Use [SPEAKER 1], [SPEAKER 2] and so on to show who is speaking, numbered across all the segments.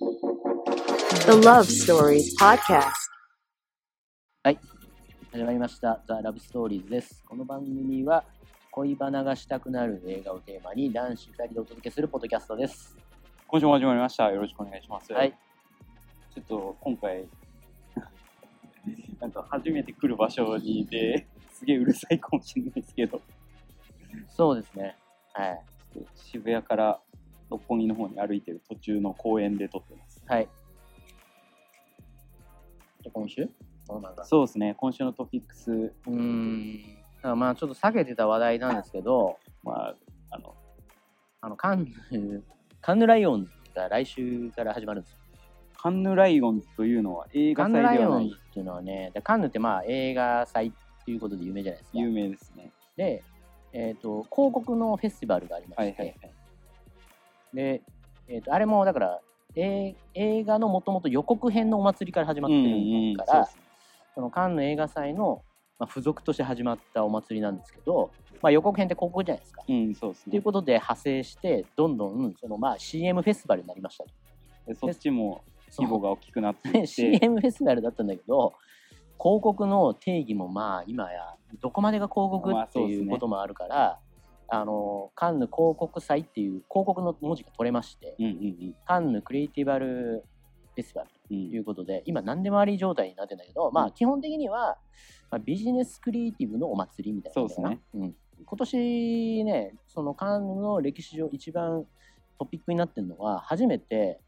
[SPEAKER 1] The Love Stories Podcast.
[SPEAKER 2] 始まりました「ザ・ラブストーリーズ」ですこの番組は恋バナがしたくなる映画をテーマに男子2人でお届けするポッドキャストです
[SPEAKER 3] 今週も始まりました。よろしくお願いします。
[SPEAKER 2] はい。
[SPEAKER 3] ちょっと今回、 なんか初めて来る場所にいて、すげえうるさいかもしれないですけど、
[SPEAKER 2] そうですねはい
[SPEAKER 3] 渋谷から六本木の方に歩いてる途中の公園で撮ってます。
[SPEAKER 2] はいじゃあ今週そうなんだ
[SPEAKER 3] そうですね、今週のトピックス、
[SPEAKER 2] うーんあまあちょっと避けてた話題なんですけど
[SPEAKER 3] まあ、あの、
[SPEAKER 2] あのカンヌカンヌライオンズが来週から始まるんですよ
[SPEAKER 3] カンヌライオンズというのは映
[SPEAKER 2] カ
[SPEAKER 3] 画
[SPEAKER 2] ン
[SPEAKER 3] 祭
[SPEAKER 2] ヌラ
[SPEAKER 3] で
[SPEAKER 2] イ
[SPEAKER 3] は
[SPEAKER 2] オ
[SPEAKER 3] な
[SPEAKER 2] ンズ
[SPEAKER 3] い
[SPEAKER 2] っていうのはねでカンヌってまあ映画祭っていうことで有名じゃないですか
[SPEAKER 3] 有名ですね。
[SPEAKER 2] で、えー、と広告のフェスティバルがありまして、
[SPEAKER 3] はいはいはい。
[SPEAKER 2] で、えー、とあれもだから、えー映画のもともと予告編のお祭りから始まってるから、
[SPEAKER 3] そうっすね
[SPEAKER 2] そのカンヌ映画祭の、まあ、付属として始まったお祭りなんですけど、まあ、予告編って広告じゃないですか。
[SPEAKER 3] うん、そうです
[SPEAKER 2] という
[SPEAKER 3] ね。
[SPEAKER 2] ことで派生してどんどんそのまあ CM フェスティバルになりましたと。
[SPEAKER 3] でそっちも規模が大きくなってい
[SPEAKER 2] で
[SPEAKER 3] って、
[SPEAKER 2] CM フェスティバルだったんだけど広告の定義もまあ今やどこまでが広告
[SPEAKER 3] まあ
[SPEAKER 2] って
[SPEAKER 3] そうで
[SPEAKER 2] い
[SPEAKER 3] す
[SPEAKER 2] う
[SPEAKER 3] ね
[SPEAKER 2] こともあるから、あのカンヌ広告祭っていう広告の文字が取れまして
[SPEAKER 3] うんうん
[SPEAKER 2] カンヌクリエイティバルフェスティバル
[SPEAKER 3] うん。
[SPEAKER 2] と
[SPEAKER 3] う
[SPEAKER 2] い
[SPEAKER 3] ん
[SPEAKER 2] うことで今何でもあり状態になってんだけど、ま
[SPEAKER 3] う
[SPEAKER 2] あ
[SPEAKER 3] ん
[SPEAKER 2] 基本的には、まあ、ビジネスクリエイティブのお祭りみたいな感じかな
[SPEAKER 3] そうで
[SPEAKER 2] うん、今年ねそのカンヌの歴史上一番トピックになってるのは初めて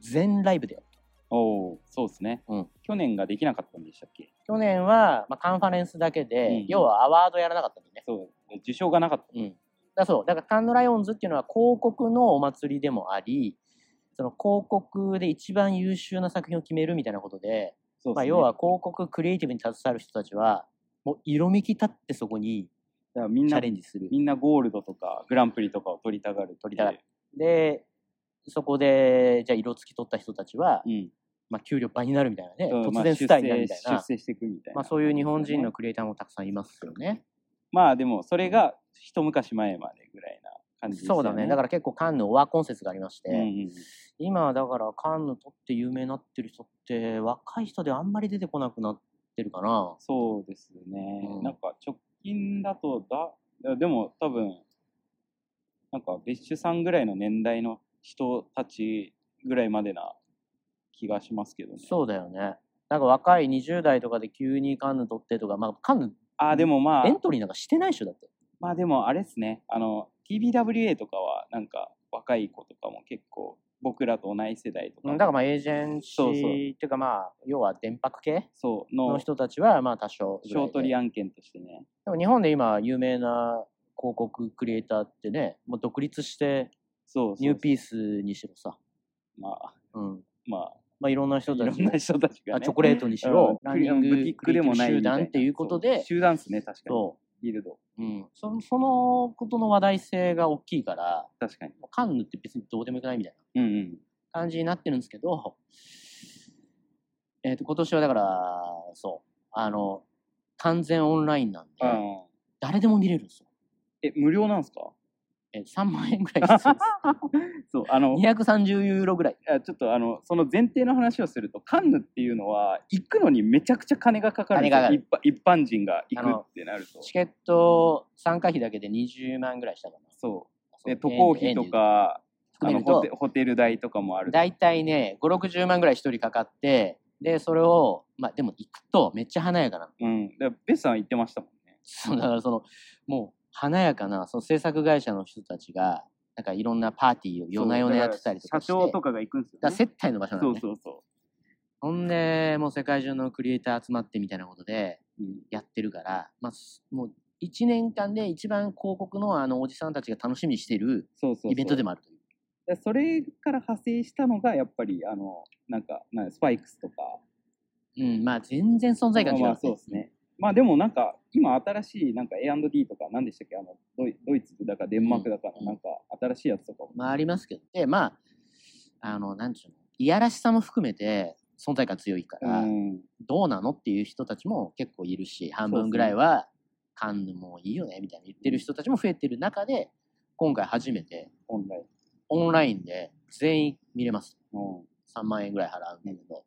[SPEAKER 2] 全ライブでやる
[SPEAKER 3] おお、そうですね、
[SPEAKER 2] うん
[SPEAKER 3] 去年ができなかったんでしたっけ
[SPEAKER 2] 去年は、まあ、カンファレンスだけで、
[SPEAKER 3] うん
[SPEAKER 2] 要はアワードやらなかったんだよね。
[SPEAKER 3] そう、受賞がなかった。
[SPEAKER 2] うん、だそうだからカンヌライオンズっていうのは広告のお祭りでもありその広告で一番優秀な作品を決めるみたいなことで、
[SPEAKER 3] そうっすね
[SPEAKER 2] まあ、要は広告クリエイティブに携わる人たちはもう色めき立ってそこに
[SPEAKER 3] だからみん
[SPEAKER 2] チャ
[SPEAKER 3] な
[SPEAKER 2] レンジする。
[SPEAKER 3] みんなゴールドとかグランプリとかを取りたがる取
[SPEAKER 2] りたがるでそこでじゃあ色付き取った人たちは、
[SPEAKER 3] うん、
[SPEAKER 2] まあ、給料倍になるみたいなね
[SPEAKER 3] そう
[SPEAKER 2] 突
[SPEAKER 3] まあ
[SPEAKER 2] 然スターになるみたい
[SPEAKER 3] 出世
[SPEAKER 2] な
[SPEAKER 3] 出世していくみたいな、
[SPEAKER 2] まあ、そういう日本人のクリエイターもたくさんいますよね。
[SPEAKER 3] まあでもそれが一昔前までぐらいな感じですよ、
[SPEAKER 2] そうだね。だからら結構カンヌオワコン説がありまして、
[SPEAKER 3] うんうん
[SPEAKER 2] 今はだからカンヌとって有名になってる人って若い人であんまり出てこなくなってるかな。
[SPEAKER 3] そうですね、
[SPEAKER 2] うん
[SPEAKER 3] なんか直近だとだでも多分なんか別種さんぐらいの年代の人たちぐらいまでな気がしますけどね
[SPEAKER 2] そうだよね。なんか若い20代とかで急にカンヌとってとか、まあカンヌ
[SPEAKER 3] ああでもまあ
[SPEAKER 2] エントリーなんかしてない人だって。
[SPEAKER 3] まあでもあれですね、あの、TBWA とかはなんか若い子とかも結構僕らと同い世代とか
[SPEAKER 2] う
[SPEAKER 3] も、
[SPEAKER 2] んだからまあエージェンシー
[SPEAKER 3] そうそ
[SPEAKER 2] っ
[SPEAKER 3] う
[SPEAKER 2] ていうかまあ要は電白系
[SPEAKER 3] そう
[SPEAKER 2] の
[SPEAKER 3] の
[SPEAKER 2] 人たちはまあ多少ぐらい
[SPEAKER 3] 小
[SPEAKER 2] で。
[SPEAKER 3] 取り案件としてね、
[SPEAKER 2] でも日本で今有名な広告クリエイターってね、もう独立して
[SPEAKER 3] そうそう
[SPEAKER 2] ニューピースにしろさ、
[SPEAKER 3] まあ、
[SPEAKER 2] うん。
[SPEAKER 3] ま
[SPEAKER 2] まあいろんな
[SPEAKER 3] あ、
[SPEAKER 2] 人
[SPEAKER 3] い
[SPEAKER 2] た
[SPEAKER 3] ろ
[SPEAKER 2] ち
[SPEAKER 3] んな人たちが
[SPEAKER 2] あ
[SPEAKER 3] ね、
[SPEAKER 2] チョコレートにしろ、
[SPEAKER 3] うん
[SPEAKER 2] ランニング
[SPEAKER 3] ブティックでもない
[SPEAKER 2] クリエイティブ集
[SPEAKER 3] みたいな
[SPEAKER 2] 団っていうことで
[SPEAKER 3] そ、集団ですね、確かに。
[SPEAKER 2] そ
[SPEAKER 3] ギルド、
[SPEAKER 2] う、うん、そそのことの話題性が大きいから、
[SPEAKER 3] 確かに。
[SPEAKER 2] カンヌって別にどうでもよくないみたい
[SPEAKER 3] うんうん。
[SPEAKER 2] な感じになってるんですけど、えっ、と、今年はだから、そう、あの、完全オンラインなんで、
[SPEAKER 3] あー
[SPEAKER 2] 誰でも見れるんですよ。
[SPEAKER 3] え、無料なんですか
[SPEAKER 2] え3万円ぐらい必 要で
[SPEAKER 3] そう、あの、い
[SPEAKER 2] す。230ユーロぐらい。
[SPEAKER 3] やちょっとあの、その前提の話をすると、カンヌっていうのは、行くのにめちゃくちゃ金がかかるんですよ
[SPEAKER 2] 金がか
[SPEAKER 3] 一般一般人が行
[SPEAKER 2] あの
[SPEAKER 3] くってなると。
[SPEAKER 2] チケット参加費だけで20万ぐらいしたかな。
[SPEAKER 3] そう。で、渡航費とか、あ
[SPEAKER 2] 円で
[SPEAKER 3] の
[SPEAKER 2] 言うと
[SPEAKER 3] ホテホテル代とかもある。
[SPEAKER 2] 大体ね560万ぐらい一人かかってでそれをまあでも行くとめっちゃ華やかな
[SPEAKER 3] うん。だからベスさん言ってましたもんね。
[SPEAKER 2] そうだからそのもう華やかなその制作会社の人たちがなんかいろんなパーティーを夜な夜なやってたりとかして
[SPEAKER 3] 社長とかが行くんですよ、
[SPEAKER 2] だ
[SPEAKER 3] ね。
[SPEAKER 2] から接待の場所な
[SPEAKER 3] そ
[SPEAKER 2] の
[SPEAKER 3] う
[SPEAKER 2] ね
[SPEAKER 3] そうそ
[SPEAKER 2] ほんでもう世界中のクリエイター集まってみたいなことで
[SPEAKER 3] う。うん
[SPEAKER 2] やってるから、まあ、すもう1年間で一番広告のあのおじさんたちが楽しみにしてる
[SPEAKER 3] そうそうそう
[SPEAKER 2] イベントでもあるという
[SPEAKER 3] でそれから派生したのがやっぱりあのなんかなんかスパイクスとか
[SPEAKER 2] うんまあ全然存在感違う、
[SPEAKER 3] まあまあそうですねまあでもなんか今新しいなんか A&D とか何でしたっけあのドイドイツだかデンマークだかの
[SPEAKER 2] うん
[SPEAKER 3] なんか新しいやつとかも
[SPEAKER 2] まあありますけど、で、まあ、あの、なんちゅうの、いやらしさも含めて存在感強いから、
[SPEAKER 3] うん
[SPEAKER 2] どうなのっていう人たちも結構いるし、半
[SPEAKER 3] そうです
[SPEAKER 2] 分
[SPEAKER 3] ね
[SPEAKER 2] ぐらいは、カンヌもいいよね、みたいな言ってる人たちも増えてる中で、今回初めて
[SPEAKER 3] 本来
[SPEAKER 2] オンラインで全員見れます。
[SPEAKER 3] うん
[SPEAKER 2] 3万円ぐらい払うんだけど。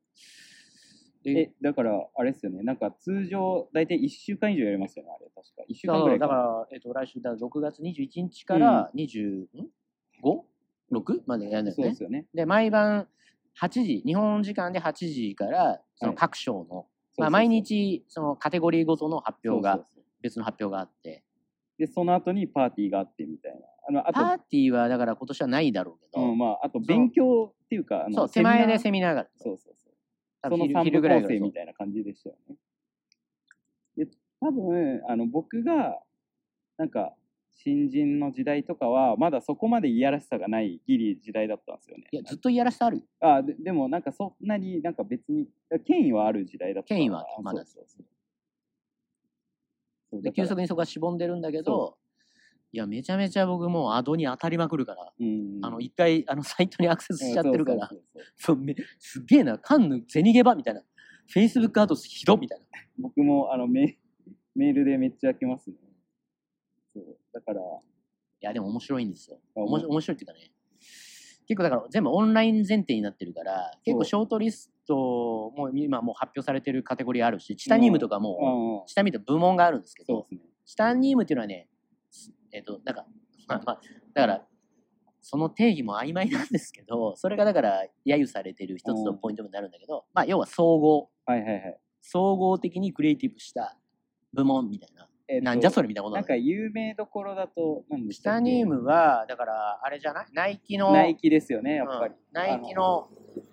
[SPEAKER 3] えだから、あれですよね、なんか通常、大体1週間以上やりますよね、あれ、確か。1週間ぐらい
[SPEAKER 2] だから、えっと、来週、だから6月21日から 25?6? までやるんだよ
[SPEAKER 3] そうで
[SPEAKER 2] ね
[SPEAKER 3] す。よね。
[SPEAKER 2] で、毎晩8時、日本時間で8時から、その
[SPEAKER 3] はい
[SPEAKER 2] 各賞の、ま
[SPEAKER 3] そうそうそ
[SPEAKER 2] あ、
[SPEAKER 3] う
[SPEAKER 2] 毎、日、そのカテゴリーごとの発
[SPEAKER 3] そ
[SPEAKER 2] 表
[SPEAKER 3] うそう
[SPEAKER 2] が、
[SPEAKER 3] そう
[SPEAKER 2] 別の発表があって、
[SPEAKER 3] で、その後にパーティーがあってみたいな。あのあ
[SPEAKER 2] パー
[SPEAKER 3] と、
[SPEAKER 2] ティーはだから今年はないだろうけ
[SPEAKER 3] うん
[SPEAKER 2] ど、
[SPEAKER 3] まあ、あと勉強っていうか、あの
[SPEAKER 2] そう、手前で
[SPEAKER 3] セ
[SPEAKER 2] セ
[SPEAKER 3] ミ
[SPEAKER 2] ミナーがある。
[SPEAKER 3] ナーそうそうそう。
[SPEAKER 2] 多
[SPEAKER 3] そ
[SPEAKER 2] 分
[SPEAKER 3] の
[SPEAKER 2] 昼
[SPEAKER 3] 三
[SPEAKER 2] 昼
[SPEAKER 3] 部
[SPEAKER 2] ぐら
[SPEAKER 3] 構
[SPEAKER 2] いから
[SPEAKER 3] 成みたいな感じでしたよね。で、多分、あの、僕が、なんか、新人の時代とかは、まだそこまでいやらしさがないギリ時代だったんですよね。
[SPEAKER 2] いや、ずっといやらしさあるよ。
[SPEAKER 3] あででも、なんかそんなになんか別に、権威はある時代だったから。
[SPEAKER 2] 権威はあったまだ
[SPEAKER 3] そうそうそう。
[SPEAKER 2] で、急速
[SPEAKER 3] に、
[SPEAKER 2] にそこはしぼんでるんだけど
[SPEAKER 3] そ、
[SPEAKER 2] いや、めちゃめちゃ僕もうアドに当たりまくるから、
[SPEAKER 3] うん、
[SPEAKER 2] あの、一回、あの、サイトにアクセスしちゃってるから
[SPEAKER 3] そ、うそうそうそう
[SPEAKER 2] そうめすげえな、カンヌ、ゼニゲバみたいな。Facebook アドレスひどっみたいな。
[SPEAKER 3] 僕も、あの、メメールでめっちゃ来ますね。そう。だから、
[SPEAKER 2] いや、でも面白いんですよ。
[SPEAKER 3] あ
[SPEAKER 2] おもし面白いっていうかね。結構だから全部オンライン前提になってるから、結構ショートリストも今もう発表されてるカテゴリーあるし、チタニウムとか
[SPEAKER 3] うん
[SPEAKER 2] も、
[SPEAKER 3] うん、
[SPEAKER 2] チタニウムと部門があるんですけ
[SPEAKER 3] そう
[SPEAKER 2] ど
[SPEAKER 3] で、すね。
[SPEAKER 2] チタニウムっていうのはね、えっ、と、なんか、まあまあ、だから、その定義も曖昧なんですけど、それがだから、揶揄されてる一つのポイントになるんだけど、まあ、要は総合、
[SPEAKER 3] はいはいはい。
[SPEAKER 2] 総合的にクリエイティブした部門みたいな。
[SPEAKER 3] えっと
[SPEAKER 2] なんじゃそれみたいなことな
[SPEAKER 3] な
[SPEAKER 2] んんだ
[SPEAKER 3] か
[SPEAKER 2] よ
[SPEAKER 3] 有名どころだと、なんでし
[SPEAKER 2] チ
[SPEAKER 3] たっけ
[SPEAKER 2] タニウムは、だから、あれじゃないナイキの、
[SPEAKER 3] ナイキですよね、やっぱり
[SPEAKER 2] うん。ナイキの、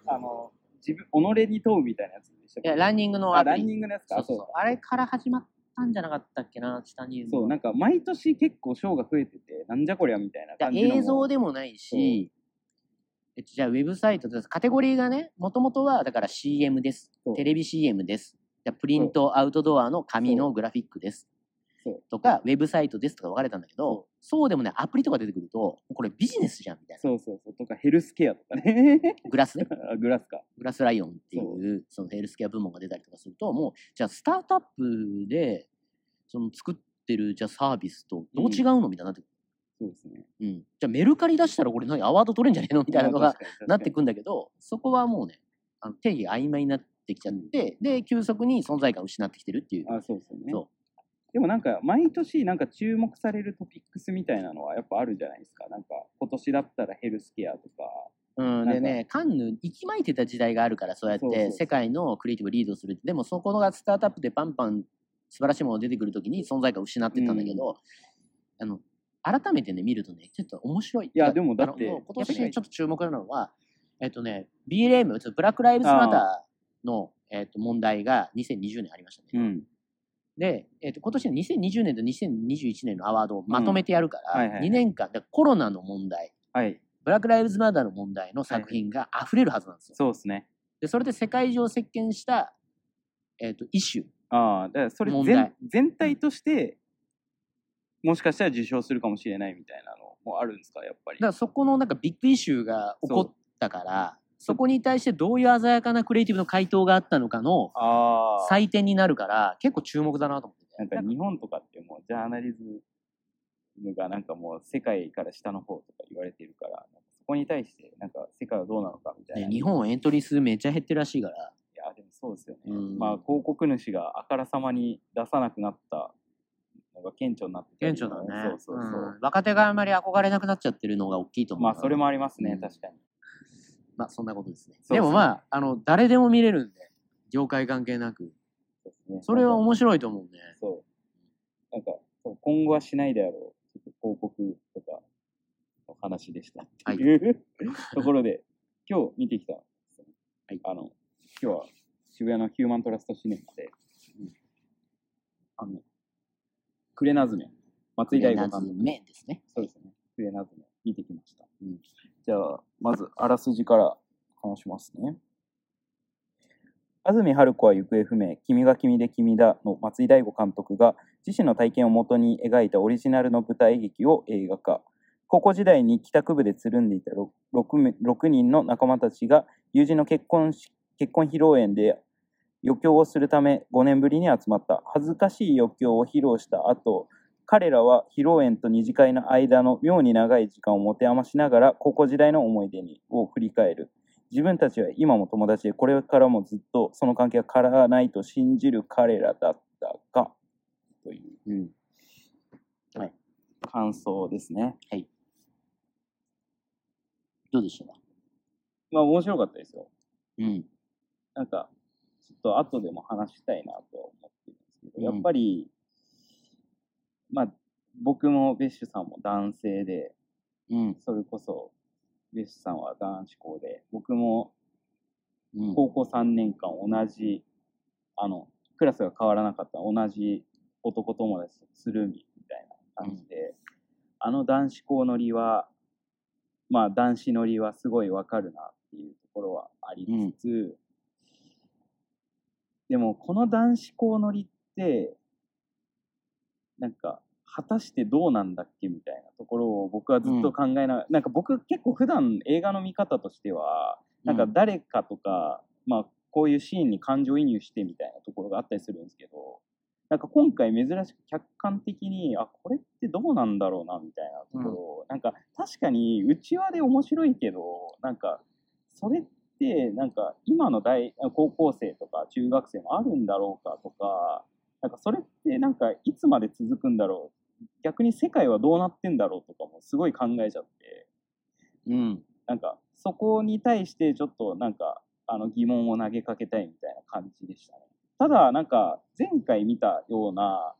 [SPEAKER 3] あの、自分、己に問うみたいなやつでしたっ
[SPEAKER 2] い
[SPEAKER 3] け
[SPEAKER 2] や、ランニングの
[SPEAKER 3] あ
[SPEAKER 2] アプ
[SPEAKER 3] ラン
[SPEAKER 2] リ。
[SPEAKER 3] ニングのやつか。
[SPEAKER 2] そ
[SPEAKER 3] あ
[SPEAKER 2] うそうそう
[SPEAKER 3] そう。
[SPEAKER 2] あれから始まったんじゃなかったっけな、チタニウム。
[SPEAKER 3] そう、なんか毎年結構賞が増えてて、なんじゃこりゃみたいな
[SPEAKER 2] だから
[SPEAKER 3] 感じのも。
[SPEAKER 2] 映像でもないし、えっとじゃあウェブサイトですカテゴリーがね、もともとはだから CM です
[SPEAKER 3] そ。う
[SPEAKER 2] テレビ CM です。じゃあプリント、アウトドアの紙のグラフィックです
[SPEAKER 3] そう。
[SPEAKER 2] とか、ウェブサイトですとか分かれたんだけど、そうでもないアプリとか出てくると、もうこれビジネスじゃんみたいな。
[SPEAKER 3] そうそうそう。とか、ヘルスケアとかね。
[SPEAKER 2] グラスね、
[SPEAKER 3] あグラスか。
[SPEAKER 2] グラスライオンっていう、そのヘルスケア部門が出たりとかすると、もう、じゃあスタートアップで、その作ってるじゃあサービスとどう違うのみたいになってくる。
[SPEAKER 3] そうですね。
[SPEAKER 2] うん。じゃあメルカリ出したらこれ何アワード取れんじゃねえのみたいなのが
[SPEAKER 3] まあ、確かに
[SPEAKER 2] なって。くんだけど、そこはもうね、あの定義が曖昧になってきちゃって、で、急速に存在感を失ってきてるっていう
[SPEAKER 3] 確。かにあ、そうですよね
[SPEAKER 2] そ。
[SPEAKER 3] でもなんか、毎年なんか注目されるトピックスみたいなのはやっぱあるじゃないですか。なんか、今年だったらヘルスケアとか。
[SPEAKER 2] うん、でね、カンヌ、息巻いてた時代があるから、そうやっ
[SPEAKER 3] そうそうそ
[SPEAKER 2] て
[SPEAKER 3] う
[SPEAKER 2] 世界のクリエイティブをリードする。でも、そこがスタートアップでバンバン素晴らしいものが出てくるときに存在感を失ってったんだけど、あの、改めてね、見るとね、ちょっと面白い。い
[SPEAKER 3] やでもだって
[SPEAKER 2] 今年ちょっと注目なのは、えっとね、BLM、ちょっとブラック・ライブズ・
[SPEAKER 3] あー
[SPEAKER 2] マターの、えっと、問題が2020年ありましたね。
[SPEAKER 3] うん。
[SPEAKER 2] で、えっと今年の2020年と2021年のアワードをまとめてやるから、
[SPEAKER 3] うんはいはいはい
[SPEAKER 2] 2年間だからコロナの問題
[SPEAKER 3] はい。
[SPEAKER 2] ブラック・ライブズ・マダーの問題の作品が溢れるはずなんですよ。
[SPEAKER 3] そうですね。
[SPEAKER 2] でそれで世界中を席巻した、えっとイシュー
[SPEAKER 3] ああ、だからそれ
[SPEAKER 2] 問題
[SPEAKER 3] 全全体として、もしかしたら受賞するかもしれないみたいなのもあるんですか、やっぱり。
[SPEAKER 2] だからそこのなんかビッグイシューが起こったからそこに対してどういう鮮やかなクリエイティブの回答があったのかの
[SPEAKER 3] ああ。
[SPEAKER 2] 採点になるから結構注目だなと思って
[SPEAKER 3] なん
[SPEAKER 2] て
[SPEAKER 3] か日本とかってもうジャーナリズムがなんかもう世界から下の方とか言われてるから、なんかそこに対してなんか世界はどうなのかみたいな。
[SPEAKER 2] ね、日本エントリー数めっちゃ減ってるらしいから
[SPEAKER 3] いや、でもそうですよね。
[SPEAKER 2] うん
[SPEAKER 3] まあ広告主があからさまに出さなくなったのが顕著になってたり
[SPEAKER 2] 顕著だね
[SPEAKER 3] そうそうそう。
[SPEAKER 2] うん若手があんまり憧れなくなっちゃってるのが大きいと思う
[SPEAKER 3] ま
[SPEAKER 2] な
[SPEAKER 3] あそれもありますね、
[SPEAKER 2] うん
[SPEAKER 3] 確かに。
[SPEAKER 2] まあそんなことですね。
[SPEAKER 3] そう
[SPEAKER 2] で
[SPEAKER 3] ですね
[SPEAKER 2] もまあ、あの、誰でも見れるんで、業界関係なく。
[SPEAKER 3] そうですね
[SPEAKER 2] それは面白いと思うね。
[SPEAKER 3] そう。なんか、そう今後はしないであろう、ちょっと広告とかの話でしたっていう、 ところで、今日見てきた、はい、あの、今日は渋谷のヒューマントラストシネマで、あの、クレナズメ、松井大吾さんの、
[SPEAKER 2] メンですね。
[SPEAKER 3] そうですね、クレナズメ見てきました。じゃあ、まず、あらすじから話しますね。安住春子は行方不明、君が君で君だの松井大吾監督が自身の体験をもとに描いたオリジナルの舞台劇を映画化。高校時代に帰宅部でつるんでいた 6, 人の仲間たちが友人の結婚し結婚披露宴で余興をするため5年ぶりに集まった。恥ずかしい余興を披露した後、彼らは披露宴と二次会の間の妙に長い時間を持て余しながら高校時代の思い出にを振り返る自分たちは今も友達でこれからもずっとその関係は変わらないと信じる彼らだったがという
[SPEAKER 2] うん。
[SPEAKER 3] 感想ですね
[SPEAKER 2] どうでしたか
[SPEAKER 3] まあ面白かったですよ
[SPEAKER 2] うん。
[SPEAKER 3] なんかちょっと後でも話したいなとは思ってるんですけど、
[SPEAKER 2] うん
[SPEAKER 3] やっぱりまあ僕もベッシュさんも男性で、
[SPEAKER 2] うん。
[SPEAKER 3] それこそ、ベッシュさんは男子校で、僕も
[SPEAKER 2] うん。
[SPEAKER 3] 高校3年間同じ、あの、クラスが変わらなかった同じ男友達とつるみみたいな感じで、あの男子校乗りは、まあ男子乗りはすごいわかるなっていうところはありつつ、でもこの男子校乗りって、なんか、果たしてどうなんだっけみたいなところを僕はずっと考えながら、なんか僕結構普段映画の見方としては、なんか誰かとか、まあこういうシーンに感情移入してみたいなところがあったりするんですけど、なんか今回珍しく客観的に、あ、これってどうなんだろうなみたいなところを、なんか確かにうちわで面白いけど、なんかそれってなんか今の大高校生とか中学生もあるんだろうかとか、なんかそれってなんかいつまで続くんだろう、逆に世界はどうなってんだろうとかもすごい考えちゃって。
[SPEAKER 2] うん。
[SPEAKER 3] なんかそこに対してちょっとなんかあの疑問を投げかけたいみたいな感じでしたね。ただなんか前回見たような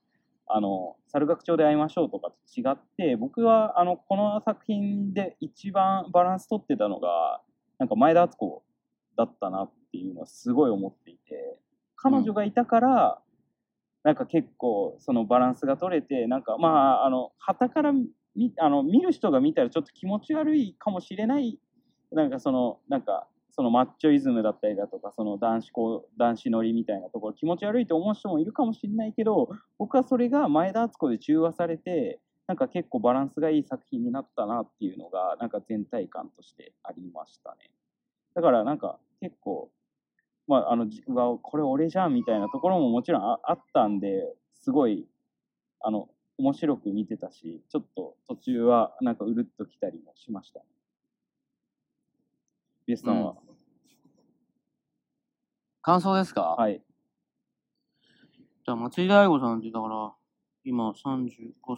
[SPEAKER 3] あの猿楽町で会いましょうとかと違って僕はあのこの作品で一番バランス取ってたのがなんか前田敦子だったなっていうのはすごい思っていて彼女がいたから、なんか結構そのバランスが取れてなんかまああの旗から見あの見る人が見たらちょっと気持ち悪いかもしれないなんかそのなんかそのマッチョイズムだったりだとかその男子校男子乗りみたいなところ気持ち悪いと思う人もいるかもしれないけど僕はそれが前田敦子で中和されてなんか結構バランスがいい作品になったなっていうのがなんか全体感としてありましたねだからなんか結構まああのじうわこれ俺じゃんみたいなところももちろんああったんですごいあの面白く見てたしちょっと途中はなんかうるっときたりもしましたねビエスさんは、
[SPEAKER 2] 感想ですか
[SPEAKER 3] はい
[SPEAKER 2] じゃあ、松井大悟さんって、だから、今35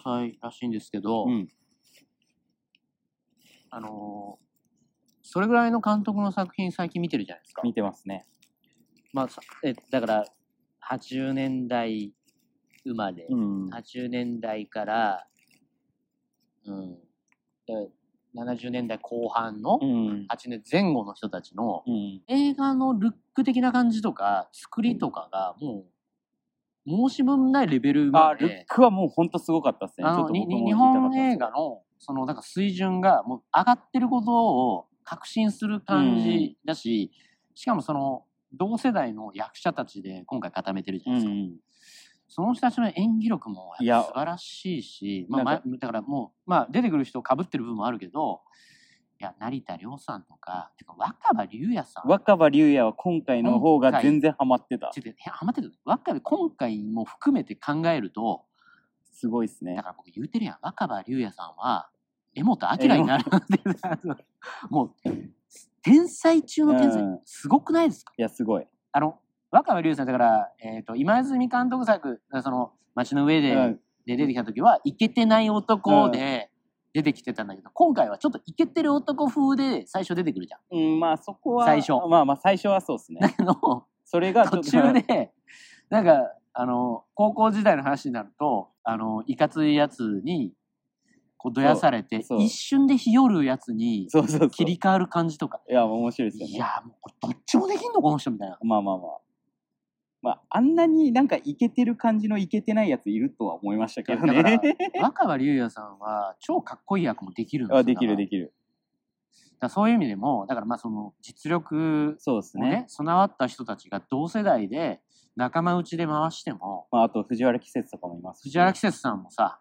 [SPEAKER 2] 歳らしいんですけど、
[SPEAKER 3] うん
[SPEAKER 2] あのーそれぐらいの監督の作品最近見てるじゃないですか。
[SPEAKER 3] 見てますね
[SPEAKER 2] まあ、さえだから、80年代生まれ、
[SPEAKER 3] うん
[SPEAKER 2] 80年代から、うん、で70年代後半の
[SPEAKER 3] う、ん
[SPEAKER 2] 8年前後の人たちの、
[SPEAKER 3] うん
[SPEAKER 2] 映画のルック的な感じとか、作りとかが、もう、申し分ないレベルま
[SPEAKER 3] あルッ
[SPEAKER 2] で、
[SPEAKER 3] クはもう本当すごかったですね。
[SPEAKER 2] あ
[SPEAKER 3] ちょっ
[SPEAKER 2] の、
[SPEAKER 3] と
[SPEAKER 2] に
[SPEAKER 3] 僕
[SPEAKER 2] に
[SPEAKER 3] も
[SPEAKER 2] 日
[SPEAKER 3] 言いたかっ
[SPEAKER 2] 本映
[SPEAKER 3] たです
[SPEAKER 2] 画の、その、なんか水準が、もう、上がってることを確信する感じだし、しかもその、同世代の役者たちで今回固めてるじゃ
[SPEAKER 3] う
[SPEAKER 2] ない
[SPEAKER 3] ん
[SPEAKER 2] ですか。その人たちの演技力も
[SPEAKER 3] い
[SPEAKER 2] やっ
[SPEAKER 3] や
[SPEAKER 2] ぱ素晴らしいし、まあ、
[SPEAKER 3] なんか
[SPEAKER 2] まだからもう、まあ、出てくる人かぶってる部分もあるけど、いや、成田凌さんとか、てか若葉龍也さん
[SPEAKER 3] うん、若葉龍也は今回の方が全然ハマってた
[SPEAKER 2] ち。ょっと、いや、待ってください。若葉、今回も含めて考えると、
[SPEAKER 3] すごいですね
[SPEAKER 2] だ。から僕言うてるやん。若葉龍也さんは、江本明になるって、 もう、天才中の天才、
[SPEAKER 3] うん
[SPEAKER 2] すごくないですか
[SPEAKER 3] いや、すごい。
[SPEAKER 2] あの、若葉龍也さん、だから、えっ、と、今泉監督作、その、街の上で、
[SPEAKER 3] うん
[SPEAKER 2] で出てきた時は、イケてない男で出てきてたんだけど、今回はちょっとイケてる男風で最初出てくるじゃん。
[SPEAKER 3] うん、まあそこは、
[SPEAKER 2] 最初
[SPEAKER 3] まあまあ最初はそうですね。
[SPEAKER 2] あの、
[SPEAKER 3] それがちょ
[SPEAKER 2] 途
[SPEAKER 3] っと
[SPEAKER 2] 中で、なんか、あの、高校時代の話になると、あの、いかついやつに、こう、どやされて
[SPEAKER 3] そ、う
[SPEAKER 2] 一瞬で日和るやつに
[SPEAKER 3] そうそうそう。
[SPEAKER 2] 切り替わる感じとか。
[SPEAKER 3] いや、面白いですよ
[SPEAKER 2] い
[SPEAKER 3] ね。
[SPEAKER 2] や、もうこれどっちもできんのこの人みたいな。
[SPEAKER 3] まあまあまあ。まあ、あんなになんかイケてる感じのイケてないやついるとは思いましたけど
[SPEAKER 2] いやだか
[SPEAKER 3] ね。
[SPEAKER 2] 若葉龍也さんは、超かっこいい役もできるんですよ。
[SPEAKER 3] あできるで
[SPEAKER 2] きる。
[SPEAKER 3] きる。
[SPEAKER 2] だからそういう意味でも、だからまあその、実力
[SPEAKER 3] そうです
[SPEAKER 2] を
[SPEAKER 3] ね。
[SPEAKER 2] ね、備わった人たちが同世代で、仲間内で回しても、
[SPEAKER 3] まああと藤原季節とかもいますし。
[SPEAKER 2] 藤原季節さんもさ、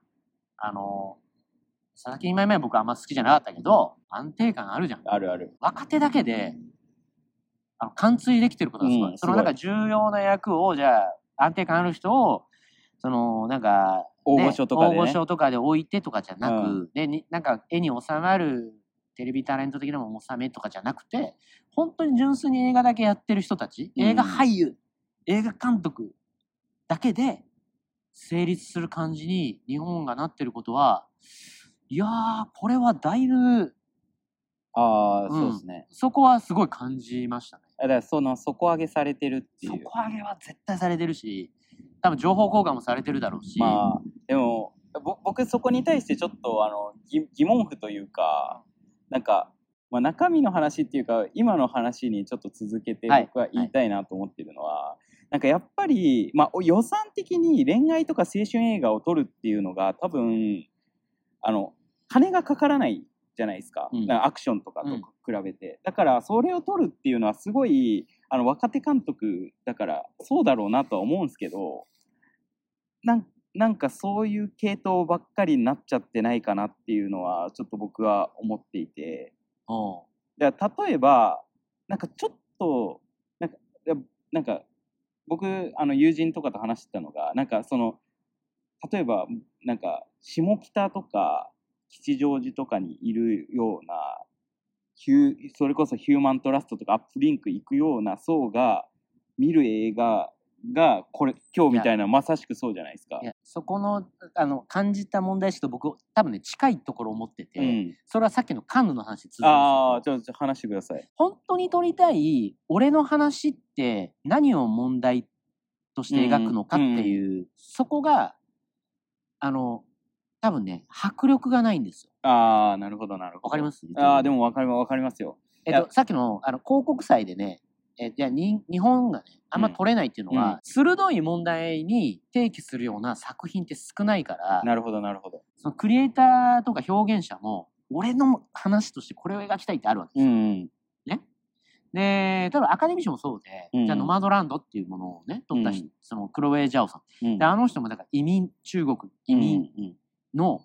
[SPEAKER 2] あの、佐々木今今僕あんま好きじゃなかったけど、安定感あるじゃん。
[SPEAKER 3] あるある。
[SPEAKER 2] 若手だけで、あの、貫通できてることがすごい。
[SPEAKER 3] うん
[SPEAKER 2] そのなんか重要な役を、じゃあ、安定感ある人を、その、なんか、
[SPEAKER 3] 大
[SPEAKER 2] ね
[SPEAKER 3] 御所とかで、ね。
[SPEAKER 2] 大御所とかで置いてとかじゃなく、
[SPEAKER 3] う
[SPEAKER 2] ねになんか絵に収まるテレビタレント的なもの収めとかじゃなくて本当に純粋に映画だけやってる人たち
[SPEAKER 3] うん
[SPEAKER 2] 映画俳優、映画監督だけで成立する感じに日本がなってることはいやーこれはだいぶう
[SPEAKER 3] ああ、
[SPEAKER 2] ん
[SPEAKER 3] そうですね。
[SPEAKER 2] そこはすごい感じましたね。
[SPEAKER 3] だからその底上げされてるっていう。
[SPEAKER 2] 底上げは絶対されてるし多分情報交換もされてるだろうし、
[SPEAKER 3] まあでもぼ僕そこに対してちょっとあの疑疑問符というかなんか、まあ、中身の話っていうか今の話にちょっと続けて
[SPEAKER 2] はい
[SPEAKER 3] 僕は言いたいなと思ってるのは、なんかやっぱり、まあ、お予算的に恋愛とか青春映画を撮るっていうのが多分あの金がかからないじゃないですか,、
[SPEAKER 2] うん
[SPEAKER 3] アクションとかと比べて、だからそれを撮るっていうのはすごいあの若手監督だからそうだろうなとは思うんですけどなんなんかそういう系統ばっかりになっちゃってないかなっていうのはちょっと僕は思っていて
[SPEAKER 2] うん
[SPEAKER 3] だから例えばなんかちょっとなんかいやなんか僕あの友人とかと話してたのがなんかその例えばなんか下北とか吉祥寺とかにいるようなヒューそれこそヒューマントラストとかアップリンク行くような層が見る映画がこれ今日みたいなまさしくそうじゃないですか
[SPEAKER 2] い。やそこのあの感じた問題意識と僕多分ね近いところを持ってて、
[SPEAKER 3] うん
[SPEAKER 2] それはさっきのカンヌの話に通ずるん
[SPEAKER 3] ああ、
[SPEAKER 2] です
[SPEAKER 3] じゃあ、じゃあ話してください
[SPEAKER 2] よ。本当に撮りたい俺の話って何を問題として描くのかっていう、そこがあの多分ね迫力がないんですよ。
[SPEAKER 3] ああ、なるほど、なるほど。
[SPEAKER 2] わかります
[SPEAKER 3] ああ、でもわかります、わかりますよ。
[SPEAKER 2] えっと、さっきのあの広告祭でね、えいやに日本がねあんま取れないっていうのは、
[SPEAKER 3] うん
[SPEAKER 2] 鋭い問題に提起するような作品って少ないから
[SPEAKER 3] なるほど、なるほど。
[SPEAKER 2] そのクリエイターとか表現者も俺の話としてこれを描きたいってあるわけで
[SPEAKER 3] う
[SPEAKER 2] すよ。
[SPEAKER 3] ん。
[SPEAKER 2] で例えばアカデミー賞もそうで、
[SPEAKER 3] うん
[SPEAKER 2] じゃあ「ノマドランド」っていうものをね撮った人、
[SPEAKER 3] うん
[SPEAKER 2] そのクロエ・ジャオさん、
[SPEAKER 3] うん
[SPEAKER 2] であの人もだから移民中国移民
[SPEAKER 3] うん
[SPEAKER 2] の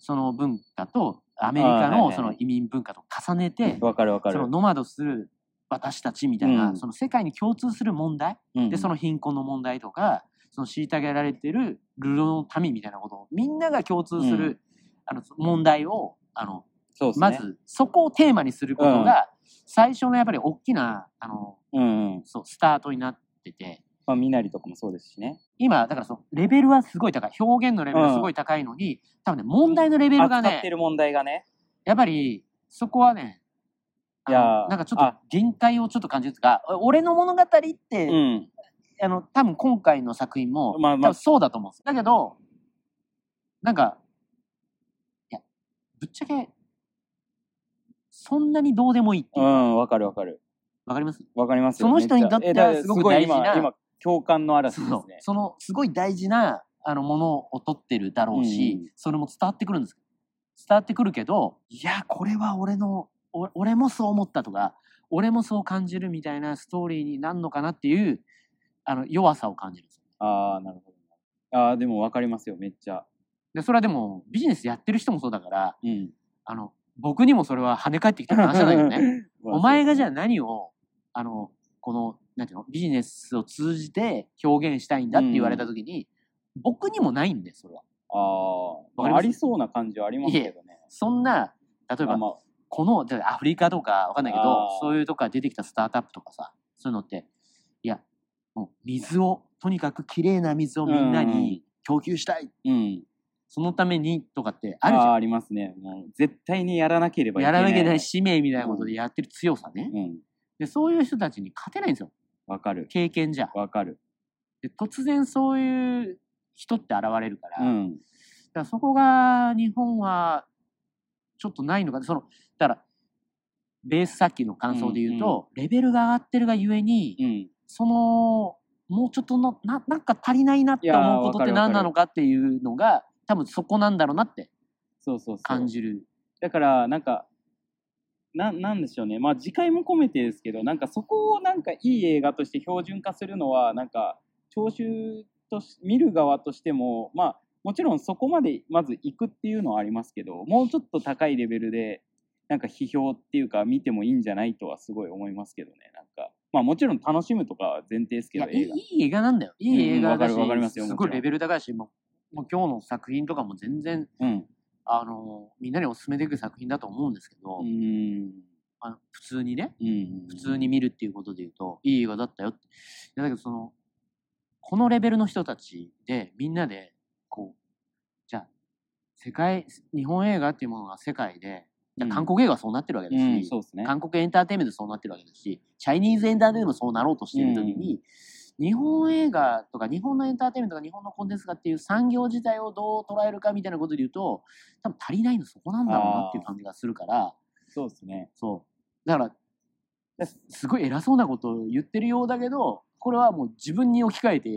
[SPEAKER 2] その文化とアメリ
[SPEAKER 3] あー
[SPEAKER 2] カ
[SPEAKER 3] はいはいは
[SPEAKER 2] の
[SPEAKER 3] い
[SPEAKER 2] その移民文化と重ねて、
[SPEAKER 3] わかる、わか
[SPEAKER 2] そ
[SPEAKER 3] る
[SPEAKER 2] の。ノマドする私たちみたいな、
[SPEAKER 3] うん
[SPEAKER 2] その世界に共通する問題、
[SPEAKER 3] うん
[SPEAKER 2] でその、貧困の問題とかその虐げられてる流浪の民みたいなことをみんなが共通する、
[SPEAKER 3] う
[SPEAKER 2] あの問題をあの
[SPEAKER 3] そうっすね
[SPEAKER 2] ま、ずそこをテーマにすることが最初のやっぱり大きなあの
[SPEAKER 3] うんうん。
[SPEAKER 2] そうスタートになってて
[SPEAKER 3] まあ、みなりとかもそうですしね。
[SPEAKER 2] 今だからそのレベルはすごい高い表現のレベルはすごい高いのに、多分ね問題のレベルが
[SPEAKER 3] 扱って
[SPEAKER 2] ね
[SPEAKER 3] る問題がね。
[SPEAKER 2] やっぱりそこはねあの
[SPEAKER 3] いやー
[SPEAKER 2] なんかちょっ
[SPEAKER 3] あ
[SPEAKER 2] と限界をちょっと感じるんですが俺の物語って、
[SPEAKER 3] うん。
[SPEAKER 2] あの多分今回の作品も、
[SPEAKER 3] まあまあ
[SPEAKER 2] 多分そうだと思うんですだけどなんかいやぶっちゃけそんなにどうでもいいって
[SPEAKER 3] う
[SPEAKER 2] いうわ、
[SPEAKER 3] ん、わかる、わかる。
[SPEAKER 2] かります
[SPEAKER 3] わかりますよ
[SPEAKER 2] その人にとっては
[SPEAKER 3] めちゃえだ
[SPEAKER 2] すごく大事な
[SPEAKER 3] すごい今、今、共感の嵐
[SPEAKER 2] そ
[SPEAKER 3] です
[SPEAKER 2] う
[SPEAKER 3] ね。
[SPEAKER 2] そのすごい大事なあのものを取ってるだろうし、
[SPEAKER 3] うん
[SPEAKER 2] それも伝わってくるんです伝わってくるけどいやこれは俺のお俺もそう思ったとか俺もそう感じるみたいなストーリーになるのかなっていうあの弱さを感じるんですよ
[SPEAKER 3] ああ、なるほど。ああ、でもわかりますよ、めっちゃ。
[SPEAKER 2] でそれはでもビジネスやってる人もそうだから
[SPEAKER 3] うん。
[SPEAKER 2] あの、僕にもそれは跳ね返ってきた話なんだけどね。お前がじゃあ
[SPEAKER 3] ん。
[SPEAKER 2] 何を、あの、この、なんていうの、ビジネスを通じて表現したいんだって言われたときに、僕にもないんで、それは。
[SPEAKER 3] ああ、
[SPEAKER 2] わかり
[SPEAKER 3] ま
[SPEAKER 2] ます
[SPEAKER 3] あありそうな感じはありますけどね。
[SPEAKER 2] そんな、例え
[SPEAKER 3] まあ
[SPEAKER 2] ば、
[SPEAKER 3] まあ
[SPEAKER 2] この、例えばアフリカとかわかんないけど
[SPEAKER 3] あー、
[SPEAKER 2] そういうとこから出てきたスタートアップとかさ、そういうのって、いや、もう水を、とにかく綺麗な水をみんなに供給したい。
[SPEAKER 3] うん。
[SPEAKER 2] そのためにとかってあ
[SPEAKER 3] あ
[SPEAKER 2] るじゃ
[SPEAKER 3] ありますね。もう絶対にやらなければ
[SPEAKER 2] ん。
[SPEAKER 3] い
[SPEAKER 2] や
[SPEAKER 3] けな
[SPEAKER 2] ら
[SPEAKER 3] い。
[SPEAKER 2] なきゃいけない。使命みたいなことでやってる強さね。
[SPEAKER 3] うん。
[SPEAKER 2] で、そういう人たちに勝てないんですよ。
[SPEAKER 3] わかる。
[SPEAKER 2] 経験じゃ。
[SPEAKER 3] わかる。
[SPEAKER 2] で突然そういう人って現れるから,、
[SPEAKER 3] う
[SPEAKER 2] だ
[SPEAKER 3] ん。
[SPEAKER 2] からそこが日本はちょっとないのかそのだからベースさっきの感想で言うと、レベルが上がってるがゆえに、
[SPEAKER 3] うん。
[SPEAKER 2] そのもうちょっとのななんか足りないなって思うことっ
[SPEAKER 3] い
[SPEAKER 2] て
[SPEAKER 3] やーわかるわか
[SPEAKER 2] 何
[SPEAKER 3] る
[SPEAKER 2] なのかっていうのが多分そこなんだろうなって
[SPEAKER 3] そうそうそう。
[SPEAKER 2] 感じる。
[SPEAKER 3] だから、なんか、ななんでしょうね。まあ、次回も込めてですけど、なんかそこをなんかいい映画として標準化するのは、なんか、聴衆とし、見る側としても、まあ、もちろんそこまでまず行くっていうのはありますけど、もうちょっと高いレベルで、なんか批評っていうか見てもいいんじゃないとはすごい思いますけどね。なんか、まあもちろん楽しむとかは前提です
[SPEAKER 2] い
[SPEAKER 3] けど、
[SPEAKER 2] やい
[SPEAKER 3] 映画。
[SPEAKER 2] いいい映画なんだよ。いい映画だし、
[SPEAKER 3] うんわかるわかりますよ
[SPEAKER 2] す
[SPEAKER 3] もち
[SPEAKER 2] ご
[SPEAKER 3] ろ
[SPEAKER 2] い
[SPEAKER 3] ん
[SPEAKER 2] レベル高いし、ももう今日の作品とかも全然、
[SPEAKER 3] うん。
[SPEAKER 2] あの、みんなにお勧めできる作品だと思うんですけど、
[SPEAKER 3] うん。
[SPEAKER 2] あの普通にね、
[SPEAKER 3] うん。
[SPEAKER 2] 普通に見るっていうことで言うと、いい映画だったよって。いやだけどその、このレベルの人たちで、みんなで、こう、じゃあ、世界、日本映画っていうものが世界で、じゃあ韓国映画はそうなってるわけだし、
[SPEAKER 3] うん、そうですね。
[SPEAKER 2] 韓国エンターテインメントそうなってるわけですし、チャイニーズエンターテインメントもそうなろうとしているときに、日本映画とか日本のエンターテインメントとか日本のコンテンツがっていう産業自体をどう捉えるかみたいなことで言うと、多分足りないのそこなんだろうなっていう感じがするから、
[SPEAKER 3] そうですね。
[SPEAKER 2] そう。だから、すすごい偉そうなことを言ってるようだけど、これはもう自分に置き換えて
[SPEAKER 3] い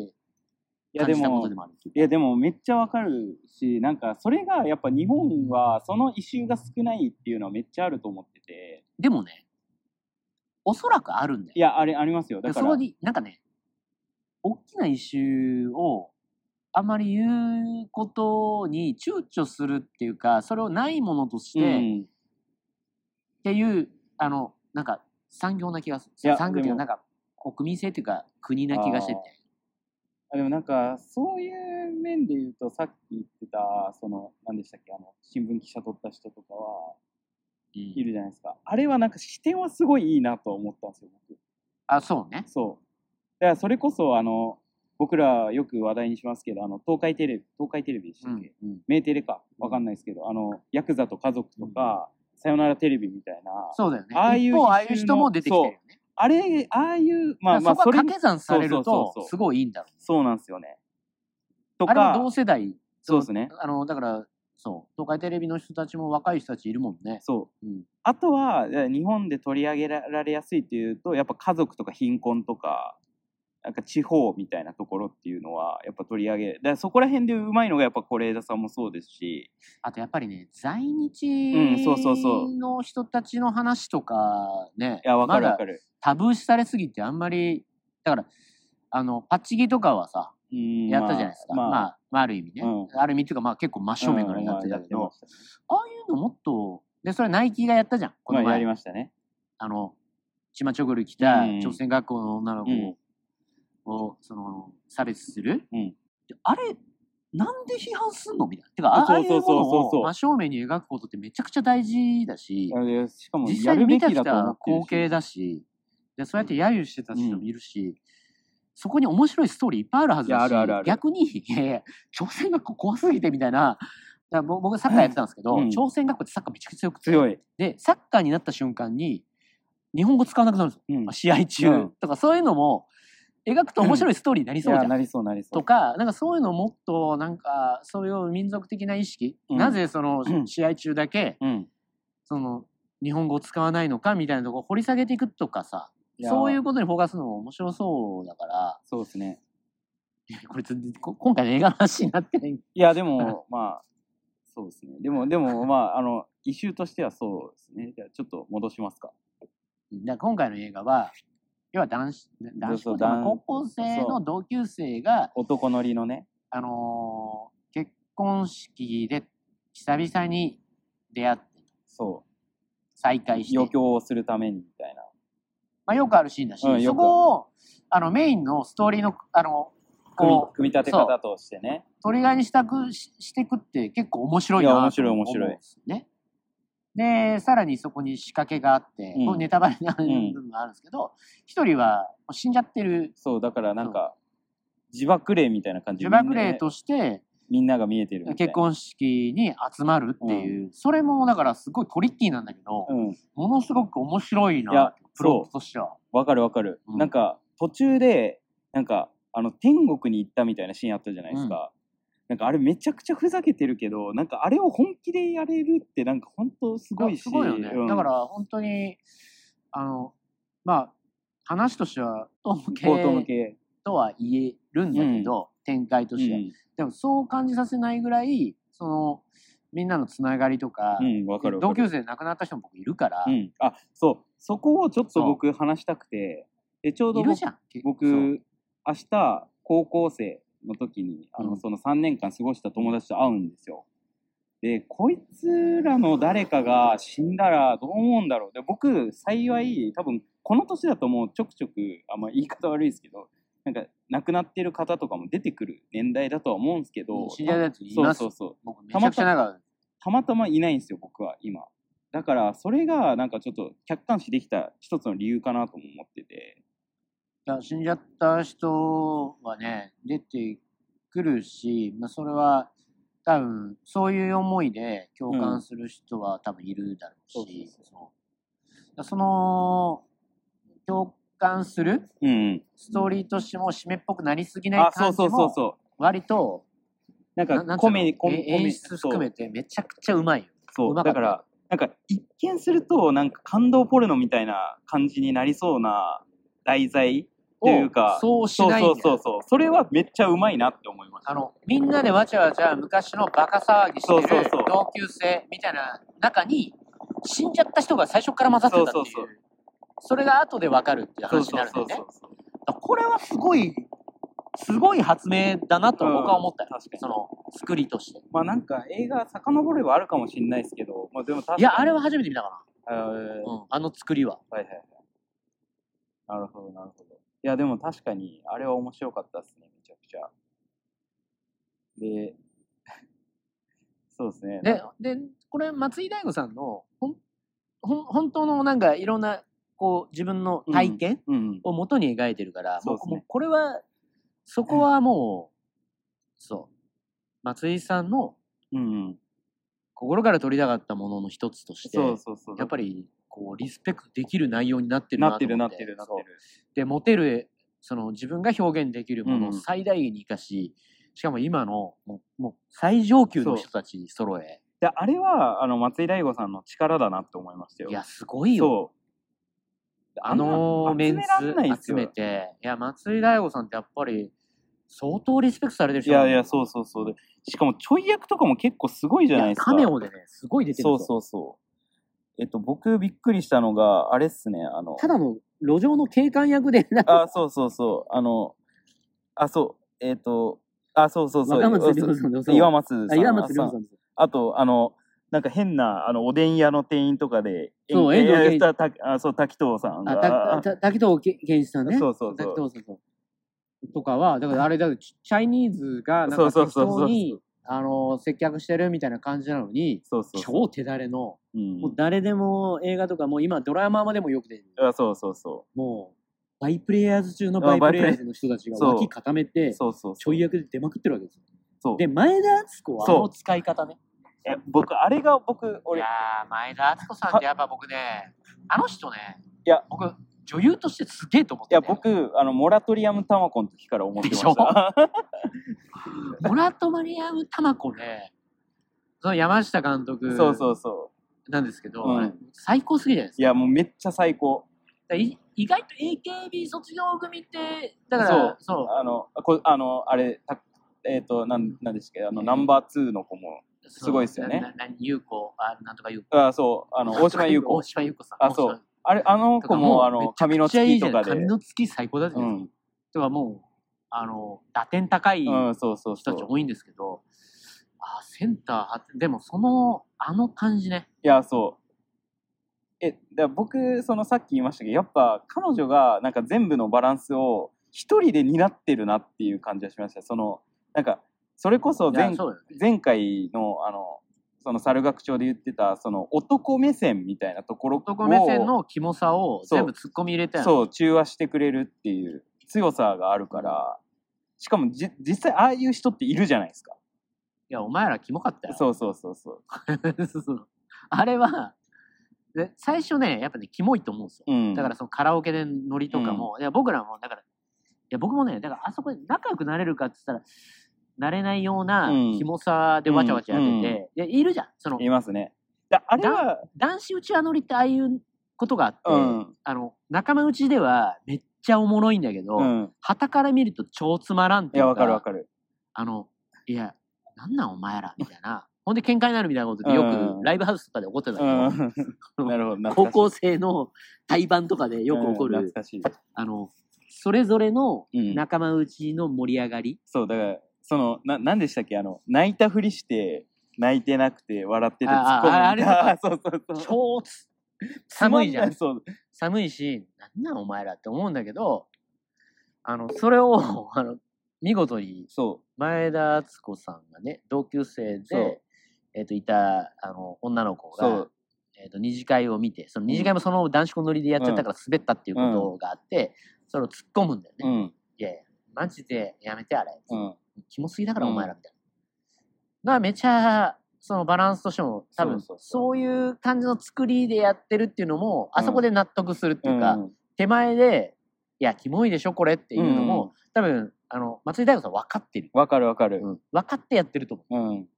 [SPEAKER 3] や、
[SPEAKER 2] 感
[SPEAKER 3] で
[SPEAKER 2] じたこと
[SPEAKER 3] も
[SPEAKER 2] で、もあるっていう
[SPEAKER 3] いや、でもめっちゃわかるし、なんか、それがやっぱ日本は、その異臭が少ないっていうのはめっちゃあると思ってて、
[SPEAKER 2] でもね、おそらくあるんだよ
[SPEAKER 3] い。や、あれ、ありますよ。
[SPEAKER 2] で
[SPEAKER 3] だか
[SPEAKER 2] そこ
[SPEAKER 3] ら、
[SPEAKER 2] になんかね大きなイシューをあんまり言うことに躊躇するっていうかそれをないものとして、
[SPEAKER 3] う
[SPEAKER 2] っ
[SPEAKER 3] ん、
[SPEAKER 2] ていうあのなんか産業な気がす
[SPEAKER 3] いや
[SPEAKER 2] る産業っていうか
[SPEAKER 3] で
[SPEAKER 2] なんか国民性っていうか国な気がしてて
[SPEAKER 3] ああでもなんか、そういう面で言うと、さっき言ってた、その、何でしたっけ、あの、新聞記者取った人とかは、
[SPEAKER 2] うん
[SPEAKER 3] いるじゃないですか。あれはなんか視点はすごいいいなと思ったんですよ、僕。
[SPEAKER 2] あそうね
[SPEAKER 3] そう。だからそれこそ、あの、僕らよく話題にしますけど、あの、東海テレビ、東海テレビでしたっけ、
[SPEAKER 2] うん
[SPEAKER 3] メーテレか、わかんないですけど、あの、ヤクザと家族とか、さよならテレビみたいな、
[SPEAKER 2] そうだよね
[SPEAKER 3] ああい
[SPEAKER 2] 一
[SPEAKER 3] う
[SPEAKER 2] 方ああ
[SPEAKER 3] 一
[SPEAKER 2] い
[SPEAKER 3] 種
[SPEAKER 2] う
[SPEAKER 3] の
[SPEAKER 2] 人も出てきてるよね
[SPEAKER 3] あれ、ああいう、
[SPEAKER 2] ま
[SPEAKER 3] まあ
[SPEAKER 2] あ
[SPEAKER 3] まあ、
[SPEAKER 2] そこ
[SPEAKER 3] そ
[SPEAKER 2] が
[SPEAKER 3] れ、
[SPEAKER 2] 掛け算される
[SPEAKER 3] そうそう
[SPEAKER 2] と
[SPEAKER 3] そうそう
[SPEAKER 2] すごいいいんだろ
[SPEAKER 3] そうなんですよね。と
[SPEAKER 2] うあれも
[SPEAKER 3] か、
[SPEAKER 2] 同世代
[SPEAKER 3] そうですね。
[SPEAKER 2] あのだからそう東海テレビの人たちも若い人たちいるもんね
[SPEAKER 3] そう。
[SPEAKER 2] うん
[SPEAKER 3] あとは、え日本で取り上げられやすいっていうと、やっぱ家族とか貧困とか、なんか地方みたいなところっていうのは、やっぱ取り上げ、だからそこら辺でうまいのが、やっぱ是枝さんもそうですし、
[SPEAKER 2] あとやっぱりね在
[SPEAKER 3] うんそうそうそう
[SPEAKER 2] 日の人たちの話とかね、
[SPEAKER 3] いや、わか
[SPEAKER 2] ま
[SPEAKER 3] るわ
[SPEAKER 2] だ
[SPEAKER 3] かる。
[SPEAKER 2] タブー視されすぎてあんまりだからあのパッチギとかはさ
[SPEAKER 3] うん
[SPEAKER 2] やったじゃないですか、まあまあ、あ、る意味ね、
[SPEAKER 3] う
[SPEAKER 2] ある意味っていうかまあ結構真正面からやってたけど、
[SPEAKER 3] うんまあやってましたね
[SPEAKER 2] ああいうのもっとでそれナイキがやったじゃんこの
[SPEAKER 3] まあ、や
[SPEAKER 2] 前、
[SPEAKER 3] り
[SPEAKER 2] あ、
[SPEAKER 3] ましたね。
[SPEAKER 2] のチマチョゴル来た
[SPEAKER 3] うん
[SPEAKER 2] 朝鮮学校の女の子
[SPEAKER 3] うん
[SPEAKER 2] を、をその差別する、
[SPEAKER 3] うん
[SPEAKER 2] であれなんで批判すんのみたいな。てか、ああ
[SPEAKER 3] そ
[SPEAKER 2] あいうう
[SPEAKER 3] そう
[SPEAKER 2] も
[SPEAKER 3] そうそうそ
[SPEAKER 2] のを
[SPEAKER 3] う
[SPEAKER 2] 真正面に描くことってめちゃくちゃ大事だし、
[SPEAKER 3] あれしかも、
[SPEAKER 2] 実
[SPEAKER 3] や
[SPEAKER 2] 際に
[SPEAKER 3] るべ
[SPEAKER 2] 見て
[SPEAKER 3] き
[SPEAKER 2] き
[SPEAKER 3] だと思
[SPEAKER 2] た
[SPEAKER 3] ってるし
[SPEAKER 2] 光景だし、でそうやって揶揄してた人もいるし、そこに面白いストーリーいっぱいあるはずだ
[SPEAKER 3] い
[SPEAKER 2] し、
[SPEAKER 3] やあるあるある
[SPEAKER 2] 逆に、いやいや朝鮮学校怖すぎてみたいな、だから僕僕サッカーやってたんですけど、
[SPEAKER 3] うん
[SPEAKER 2] 朝鮮学校ってサッカーめちゃくちゃ強くて、
[SPEAKER 3] 強い。
[SPEAKER 2] で、サッカーになった瞬間に、日本語使わなくなるんですよ。
[SPEAKER 3] うん
[SPEAKER 2] まあ試合中
[SPEAKER 3] うん
[SPEAKER 2] とか、そういうのも、描くと面白いストーリーになりそう
[SPEAKER 3] い
[SPEAKER 2] じゃ
[SPEAKER 3] や
[SPEAKER 2] ん
[SPEAKER 3] な。りそうなりそう。
[SPEAKER 2] とか、なんかそういうのをもっと、なんか、そういう民族的な意識、
[SPEAKER 3] うん
[SPEAKER 2] なぜその
[SPEAKER 3] うん
[SPEAKER 2] 試合中だけ、
[SPEAKER 3] うん、
[SPEAKER 2] その、日本語を使わないのかみたいなところを掘り下げていくとかさ、
[SPEAKER 3] や
[SPEAKER 2] そういうことにフォーカスするのも面白そうだから、
[SPEAKER 3] そうですね。
[SPEAKER 2] いやこれ全然こ今回の映画の話になってない。
[SPEAKER 3] いや、でも、まあ、そうですね。でも、でも、まあ、あの、異臭としてはそうですね。じゃあ、ちょっと戻します
[SPEAKER 2] だ
[SPEAKER 3] か。
[SPEAKER 2] から今回の映画は、要は男子、男
[SPEAKER 3] そうそう
[SPEAKER 2] 子、まあ高
[SPEAKER 3] 男
[SPEAKER 2] 校生
[SPEAKER 3] そ
[SPEAKER 2] の
[SPEAKER 3] う
[SPEAKER 2] 同級生が、
[SPEAKER 3] 男乗りのね。
[SPEAKER 2] あのー結婚式で久々に出会って、
[SPEAKER 3] そ
[SPEAKER 2] 再
[SPEAKER 3] う。
[SPEAKER 2] 会して。
[SPEAKER 3] 余興をするためにみたいな。
[SPEAKER 2] まあ、よくあるシーンだし、
[SPEAKER 3] うんよ
[SPEAKER 2] そ
[SPEAKER 3] く
[SPEAKER 2] こをあのメインのストーリーのあの
[SPEAKER 3] 組み
[SPEAKER 2] こう
[SPEAKER 3] 組み立て方としてね。
[SPEAKER 2] 取り替えにしたくししてくって結構面白い
[SPEAKER 3] い
[SPEAKER 2] な
[SPEAKER 3] や面白い
[SPEAKER 2] と思うん
[SPEAKER 3] 面白い
[SPEAKER 2] ですよね。でさらにそこに仕掛けがあって、
[SPEAKER 3] うん
[SPEAKER 2] これネタバレになる部分があるんですけど一、人は死んじゃってる
[SPEAKER 3] そう、だからなんか、自爆霊みたいな感じ
[SPEAKER 2] 呪縛霊として
[SPEAKER 3] みんなが見えてるみたい
[SPEAKER 2] 結
[SPEAKER 3] な。
[SPEAKER 2] 婚式に集まるっていう、それもだからすごいトリッキーなんだけど、
[SPEAKER 3] うん。
[SPEAKER 2] ものすごく面白い
[SPEAKER 3] いや
[SPEAKER 2] なプロットとしては。
[SPEAKER 3] わかるわかる。
[SPEAKER 2] うん
[SPEAKER 3] なんか、途中で、なんか、あの、天国に行ったみたいなシーンあったじゃないですか。なんかあれめちゃくちゃふざけてるけど、なんかあれを本気でやれるってなんか本当すごいし。
[SPEAKER 2] すごいよね、
[SPEAKER 3] うん
[SPEAKER 2] だから本当にあのまあ話としてはトム
[SPEAKER 3] コート向
[SPEAKER 2] 系
[SPEAKER 3] け。
[SPEAKER 2] とは言えるんだけど、展開としては、
[SPEAKER 3] うん
[SPEAKER 2] でもそう感じさせないぐらいそのみんなのつながりとか,、
[SPEAKER 3] うん、わかるわか
[SPEAKER 2] 同
[SPEAKER 3] る。
[SPEAKER 2] 級生で亡くなった人も僕いるから、
[SPEAKER 3] うん、あそうそこをちょっと
[SPEAKER 2] そう
[SPEAKER 3] 僕話したくてでちょうど
[SPEAKER 2] いるじゃん
[SPEAKER 3] 僕
[SPEAKER 2] そう
[SPEAKER 3] 明日高校生の時にあの、
[SPEAKER 2] うん
[SPEAKER 3] その3年間過ごした友達と会うんですよでこいつらの誰かが死んだらどう思うんだろうで僕幸い多分この年だともうちょくちょくあんま言い方悪いですけどなんか亡くなってる方とかも出てくる年代だとは思うんですけど、
[SPEAKER 2] 知り合いのやついます
[SPEAKER 3] そうそうそう
[SPEAKER 2] 僕めちゃくちゃ長い。
[SPEAKER 3] たまたまいないんですよ僕は今だからそれがなんかちょっと客観視できた一つの理由かなとも思ってて
[SPEAKER 2] いや死んじゃった人はね出てくるし、まあ、それは多分そういう思いで共感する人は多分いるだろうし、
[SPEAKER 3] そう
[SPEAKER 2] そうだからその共感する
[SPEAKER 3] うんうん、
[SPEAKER 2] ストーリーとしても締めっぽくなりすぎな
[SPEAKER 3] あ
[SPEAKER 2] い
[SPEAKER 3] そ
[SPEAKER 2] 感
[SPEAKER 3] う
[SPEAKER 2] じ
[SPEAKER 3] そうそう
[SPEAKER 2] も
[SPEAKER 3] そう
[SPEAKER 2] 割と
[SPEAKER 3] なん
[SPEAKER 2] なな
[SPEAKER 3] か
[SPEAKER 2] んて
[SPEAKER 3] コ
[SPEAKER 2] いうの
[SPEAKER 3] メコメ
[SPEAKER 2] え演出含めてめちゃくちゃうまいよ。
[SPEAKER 3] そう
[SPEAKER 2] うまか
[SPEAKER 3] だ
[SPEAKER 2] っ
[SPEAKER 3] か
[SPEAKER 2] た
[SPEAKER 3] らなんか一見するとなんか感動ポルノみたいな感じになりそうな題材というか
[SPEAKER 2] をそうしないんだ
[SPEAKER 3] そ
[SPEAKER 2] よ
[SPEAKER 3] うそうそうそうそれはめっちゃうまいなって思いました
[SPEAKER 2] あのみんなでわちゃわちゃ昔のバカ騒ぎして
[SPEAKER 3] そうそう
[SPEAKER 2] る
[SPEAKER 3] そう
[SPEAKER 2] 同級生みたいな中に死んじゃった人が最初から混ざってたっていう
[SPEAKER 3] そうそう
[SPEAKER 2] それが後でわかるっていう
[SPEAKER 3] そう
[SPEAKER 2] 話に
[SPEAKER 3] そ
[SPEAKER 2] な
[SPEAKER 3] う
[SPEAKER 2] るんだ
[SPEAKER 3] そ
[SPEAKER 2] よ
[SPEAKER 3] う
[SPEAKER 2] ね
[SPEAKER 3] そうそう
[SPEAKER 2] だからこれはすごいすごい発明だなと僕は思ったよ、
[SPEAKER 3] うん確かに
[SPEAKER 2] その作りとして
[SPEAKER 3] まあなんか映画遡ればあるかもしれないですけどまあでも確かに
[SPEAKER 2] いやあれは初めて見たか
[SPEAKER 3] あー
[SPEAKER 2] な、うん、あの作りは
[SPEAKER 3] はいはいはい。なるほど、なるほど。いや、でも確かに、あれは面白かったですね、めちゃくちゃ。で、 そうですね。
[SPEAKER 2] ででこれ松井大悟さんのほんほん本当のなんかいろんなこう自分の体験、
[SPEAKER 3] うん。
[SPEAKER 2] を元に描いてるから、
[SPEAKER 3] そ
[SPEAKER 2] も
[SPEAKER 3] うで
[SPEAKER 2] う
[SPEAKER 3] すね
[SPEAKER 2] もうこれは、そこはもう、そう、松井さんの
[SPEAKER 3] うん、うん。
[SPEAKER 2] 心から取りたかったものの一つとして、
[SPEAKER 3] そうそうそう。
[SPEAKER 2] やっぱり、こう、リスペクトできる内容になってるな
[SPEAKER 3] な
[SPEAKER 2] と
[SPEAKER 3] って
[SPEAKER 2] 思
[SPEAKER 3] るなってるなって
[SPEAKER 2] そう
[SPEAKER 3] る。
[SPEAKER 2] で、持てる、その自分が表現できるものを
[SPEAKER 3] うん
[SPEAKER 2] 最大限に生かし、しかも今の、もう、もう最上級の人たち揃え、
[SPEAKER 3] で、あれは、あの、松井大悟さんの力だなって思いましたよ。
[SPEAKER 2] いや、すごいよ。
[SPEAKER 3] そう。
[SPEAKER 2] あの
[SPEAKER 3] んな
[SPEAKER 2] メン
[SPEAKER 3] 集めらんないっ
[SPEAKER 2] ツ
[SPEAKER 3] す
[SPEAKER 2] 集
[SPEAKER 3] よ
[SPEAKER 2] めて、いや、松井大悟さんってやっぱり、相当リスペクトされてる
[SPEAKER 3] い
[SPEAKER 2] 人
[SPEAKER 3] やいや、
[SPEAKER 2] う
[SPEAKER 3] そうそうそう。でしかも、ちょい役とかも結構すごいじゃないですか。
[SPEAKER 2] カメオでね、すごい出てるん
[SPEAKER 3] そう
[SPEAKER 2] ですよ
[SPEAKER 3] そうそう。えっと、僕びっくりしたのが、あれっすね、あの、
[SPEAKER 2] ただの路上の警官役で、なんか
[SPEAKER 3] あ、そうそうそう。あの、あ、そう、えっ、と、あ、そうそうそう。
[SPEAKER 2] 若松
[SPEAKER 3] そ
[SPEAKER 2] 亮
[SPEAKER 3] う
[SPEAKER 2] さんで
[SPEAKER 3] そ
[SPEAKER 2] そうう
[SPEAKER 3] 岩松さん。
[SPEAKER 2] あ岩松亮さ
[SPEAKER 3] あ。
[SPEAKER 2] んです。
[SPEAKER 3] あと、あの、なんか変な、あの、おでん屋の店員とかで、
[SPEAKER 2] そう
[SPEAKER 3] えん
[SPEAKER 2] 遠藤健一
[SPEAKER 3] えーたたあそう、滝藤さん
[SPEAKER 2] あ、た
[SPEAKER 3] が。
[SPEAKER 2] た滝藤健一さんね。
[SPEAKER 3] そうそうそう
[SPEAKER 2] 滝藤さんそうとかは、だからあれだけど、チャイニーズがなん
[SPEAKER 3] そう
[SPEAKER 2] か
[SPEAKER 3] そう
[SPEAKER 2] 適
[SPEAKER 3] そうそう
[SPEAKER 2] 当に、あの、接客してるみたいな感じなのに、
[SPEAKER 3] そうそうそ
[SPEAKER 2] 超
[SPEAKER 3] う。
[SPEAKER 2] 手だれの、
[SPEAKER 3] うん
[SPEAKER 2] もう誰でも映画とか、もう今ドラマまでもよく出てる。
[SPEAKER 3] あそうそうそ
[SPEAKER 2] もう、バイプレイヤーズ中の
[SPEAKER 3] あ
[SPEAKER 2] バ
[SPEAKER 3] バ
[SPEAKER 2] イ
[SPEAKER 3] イ
[SPEAKER 2] プ
[SPEAKER 3] プレ
[SPEAKER 2] レイヤーズの人たちが
[SPEAKER 3] そう
[SPEAKER 2] 脇固め
[SPEAKER 3] う。
[SPEAKER 2] て、
[SPEAKER 3] そうそうそう。
[SPEAKER 2] ちょい役で出まくってるわけですよ。
[SPEAKER 3] そう。
[SPEAKER 2] で、前田敦子はあ
[SPEAKER 3] そう
[SPEAKER 2] の使い方ね。
[SPEAKER 3] え僕、あれが僕、
[SPEAKER 2] い
[SPEAKER 3] 俺
[SPEAKER 2] や、ー前田敦子さんってやっぱ僕ねあの人ね
[SPEAKER 3] いや
[SPEAKER 2] 僕女優としてすげえと思っ
[SPEAKER 3] い
[SPEAKER 2] て、
[SPEAKER 3] や、僕、あの、モラトリアムタマコの時から思ってまし
[SPEAKER 2] でしょ
[SPEAKER 3] た。
[SPEAKER 2] モラトマリアム・タマコねその山下監督
[SPEAKER 3] そうそうそ
[SPEAKER 2] なんですけど、
[SPEAKER 3] うん
[SPEAKER 2] あれ最高すぎじゃないです
[SPEAKER 3] う。い
[SPEAKER 2] か
[SPEAKER 3] や、もうめっちゃ最高。
[SPEAKER 2] だい意外と AKB 卒業組ってだから
[SPEAKER 3] そう
[SPEAKER 2] そう
[SPEAKER 3] あの、こあの、あれ、たえっ、と、なん、なんですけど、あの、ナンバー2の子も、すごいっすよね
[SPEAKER 2] なな何優子あなんとか優子
[SPEAKER 3] あそう、あの、大島優子
[SPEAKER 2] 大。島優子さん
[SPEAKER 3] あそうあれ、あの
[SPEAKER 2] 大島優子
[SPEAKER 3] 子
[SPEAKER 2] さん
[SPEAKER 3] も、あ
[SPEAKER 2] めちゃ
[SPEAKER 3] の、髪の
[SPEAKER 2] くちゃいい
[SPEAKER 3] 付き
[SPEAKER 2] じゃ
[SPEAKER 3] と
[SPEAKER 2] な
[SPEAKER 3] か
[SPEAKER 2] い
[SPEAKER 3] で。
[SPEAKER 2] 髪の付き最高だじゃ
[SPEAKER 3] う
[SPEAKER 2] ないですか、
[SPEAKER 3] ん、
[SPEAKER 2] だからもうあの打点高い、
[SPEAKER 3] うん、そうそうそ
[SPEAKER 2] 人
[SPEAKER 3] う
[SPEAKER 2] たち。多いんですけど、あセンター張って、でもその、あの感じね。
[SPEAKER 3] いや、そう。え、だから僕、そのさっき言いましたけど、やっぱ彼女が、なんか全部のバランスを、一人で担ってるなっていう感じがしました。その、なんか、それこそ
[SPEAKER 2] いや
[SPEAKER 3] 前
[SPEAKER 2] そうよね
[SPEAKER 3] 前回の、あの、その猿楽長で言ってた、その男目線みたいなところを
[SPEAKER 2] 男目線のキモさを
[SPEAKER 3] そう
[SPEAKER 2] 全部突っ込み入れたよね
[SPEAKER 3] そう中和してくれるっていう強さがあるからしかもじ実際ああいう人っているじゃないですか
[SPEAKER 2] いや、お前らキモかったよ。
[SPEAKER 3] そうそうそうそう
[SPEAKER 2] そうそうあれは、で最初ね、やっぱね、キモいと思うんですよ。
[SPEAKER 3] うん
[SPEAKER 2] だからそのカラオケでノリとかも、いや僕らも、だから、いや僕もね、だからあそこで仲良くなれるかって言ったら、なれないような
[SPEAKER 3] うん
[SPEAKER 2] キモさでわちゃわちゃやってて、
[SPEAKER 3] うんうん
[SPEAKER 2] いやいるじゃん。その
[SPEAKER 3] いますねだあれは
[SPEAKER 2] 男子うちわノリってああいうことがあって、
[SPEAKER 3] うん
[SPEAKER 2] あの仲間内ではめっちゃおもろいんだけど、
[SPEAKER 3] うん
[SPEAKER 2] 旗から見ると超つまらんって
[SPEAKER 3] い
[SPEAKER 2] いう
[SPEAKER 3] や
[SPEAKER 2] か
[SPEAKER 3] わかるわかる
[SPEAKER 2] あのいやなんなんお前らみたいなほんで喧嘩になるみたいなことでよ
[SPEAKER 3] うん
[SPEAKER 2] くライブハウスとかで怒ってたけ
[SPEAKER 3] う
[SPEAKER 2] ど、
[SPEAKER 3] ん なるほど懐かしい
[SPEAKER 2] 高校生の対バンとかでよく起こる、
[SPEAKER 3] うん懐かしい、
[SPEAKER 2] あのそれぞれの
[SPEAKER 3] うん、
[SPEAKER 2] 仲間内の盛り上がり、
[SPEAKER 3] そうだからそのななんでしたっけあの泣いたふりして泣いてなくて笑ってて突っ
[SPEAKER 2] あ
[SPEAKER 3] 込む
[SPEAKER 2] あああれとか
[SPEAKER 3] そうそうそう
[SPEAKER 2] 超つ寒いじゃん
[SPEAKER 3] つまなそう
[SPEAKER 2] 寒いしなんなんお前らって思うんだけどあの、それを、あの、見事に、
[SPEAKER 3] そ
[SPEAKER 2] 前田敦子さんがね、同級生
[SPEAKER 3] そう
[SPEAKER 2] で、えっ、と、いた、あの、女の子
[SPEAKER 3] う、そ
[SPEAKER 2] が
[SPEAKER 3] う、、
[SPEAKER 2] えっ、と、二次会を見て、その二次会もその男子校乗りでやっちゃったから滑ったっていうことがあって、それを突っ込むんだよね。
[SPEAKER 3] うん、
[SPEAKER 2] いやいや、マジでやめて、あれ。
[SPEAKER 3] うん、
[SPEAKER 2] キモすぎだから、
[SPEAKER 3] うん
[SPEAKER 2] お前らみたいな。が、めちゃ、そのバランスとしても、多分、
[SPEAKER 3] そうそうそ
[SPEAKER 2] そういう感じの作りでやってるっていうのも、あそこで納得するっていうか、
[SPEAKER 3] うん
[SPEAKER 2] 手前で、いや、キモいでしょ、これっていうの
[SPEAKER 3] う
[SPEAKER 2] も、多分、あの、松井大悟さん分かってる。
[SPEAKER 3] わかるわかる。
[SPEAKER 2] 分かってやってると思う。
[SPEAKER 3] うん、
[SPEAKER 2] だか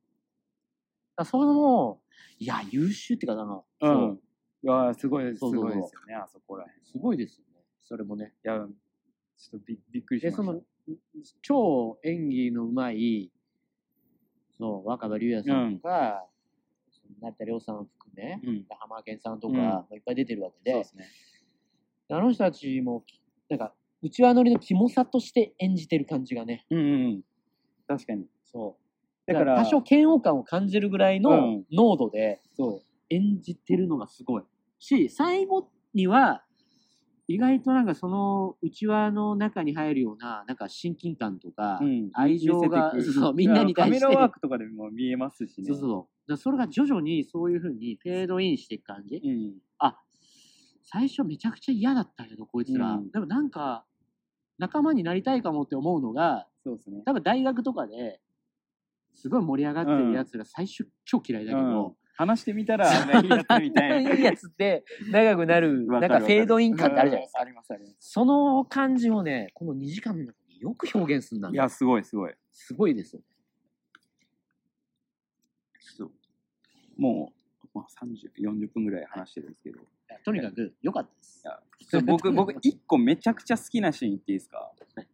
[SPEAKER 2] らそういうのも、いや、優秀っていうか、あの、
[SPEAKER 3] う
[SPEAKER 2] そ
[SPEAKER 3] ん。いやーすごい、す
[SPEAKER 2] そう
[SPEAKER 3] ご
[SPEAKER 2] そうそう
[SPEAKER 3] いですよね、あそこらへん。いう
[SPEAKER 2] すごいですよね。それもね。
[SPEAKER 3] やー、ちょっとびびっくりし
[SPEAKER 2] で、
[SPEAKER 3] ました。
[SPEAKER 2] その、超演技のうまい、そう、若葉龍也さんとか、成田凌さん含め、
[SPEAKER 3] うん、
[SPEAKER 2] 浜健さんと
[SPEAKER 3] うん
[SPEAKER 2] か、いっぱい出てるわけ
[SPEAKER 3] そうで
[SPEAKER 2] で、
[SPEAKER 3] すね。
[SPEAKER 2] あの人たちも、なんか、うちわ乗りのキモさとして演じてる感じがね、
[SPEAKER 3] うん、うん、うん。確かに。
[SPEAKER 2] そう。
[SPEAKER 3] だ
[SPEAKER 2] だ
[SPEAKER 3] か、
[SPEAKER 2] からら、多少嫌悪感を感じるぐらいうの
[SPEAKER 3] ん
[SPEAKER 2] 濃度で
[SPEAKER 3] そ
[SPEAKER 2] 演じてるのがすごい。し、最後には、意外となんかそのうちわの中に入るような、なんか親近感とか、
[SPEAKER 3] う、うん、
[SPEAKER 2] 愛情が
[SPEAKER 3] 見せてく
[SPEAKER 2] そうそうみんなに対して
[SPEAKER 3] カメラワークとかでも見えますしね。
[SPEAKER 2] そうそう。だからそれが徐々にそういうふうにフェードインしていく感じ。
[SPEAKER 3] うん、
[SPEAKER 2] あ最初めちゃくちゃ嫌だったけどこいつら、
[SPEAKER 3] うん
[SPEAKER 2] でもなんか仲間になりたいかもって思うのが
[SPEAKER 3] そうですね。
[SPEAKER 2] 多分大学とかですごい盛り上がってるやつら最初超嫌いだけ
[SPEAKER 3] うん
[SPEAKER 2] ど、、
[SPEAKER 3] 話してみたら、なんかいい やつみたいな。
[SPEAKER 2] いいやつって長くなる
[SPEAKER 3] わ
[SPEAKER 2] なん
[SPEAKER 3] る
[SPEAKER 2] かフェードイン感ってあるじゃないですか、
[SPEAKER 3] うんあります、あります。
[SPEAKER 2] その感じをねこの2時間の中によく表現するんだ
[SPEAKER 3] い
[SPEAKER 2] ね
[SPEAKER 3] や、すごい、すごい。
[SPEAKER 2] すごいですよね
[SPEAKER 3] もう、まあ、30、40分ぐらい話してるんですけ
[SPEAKER 2] い
[SPEAKER 3] ど。
[SPEAKER 2] やとにかく良かったです
[SPEAKER 3] や ちょ僕、僕、一個めちゃくちゃ好きなシーン言っていいですか
[SPEAKER 2] はい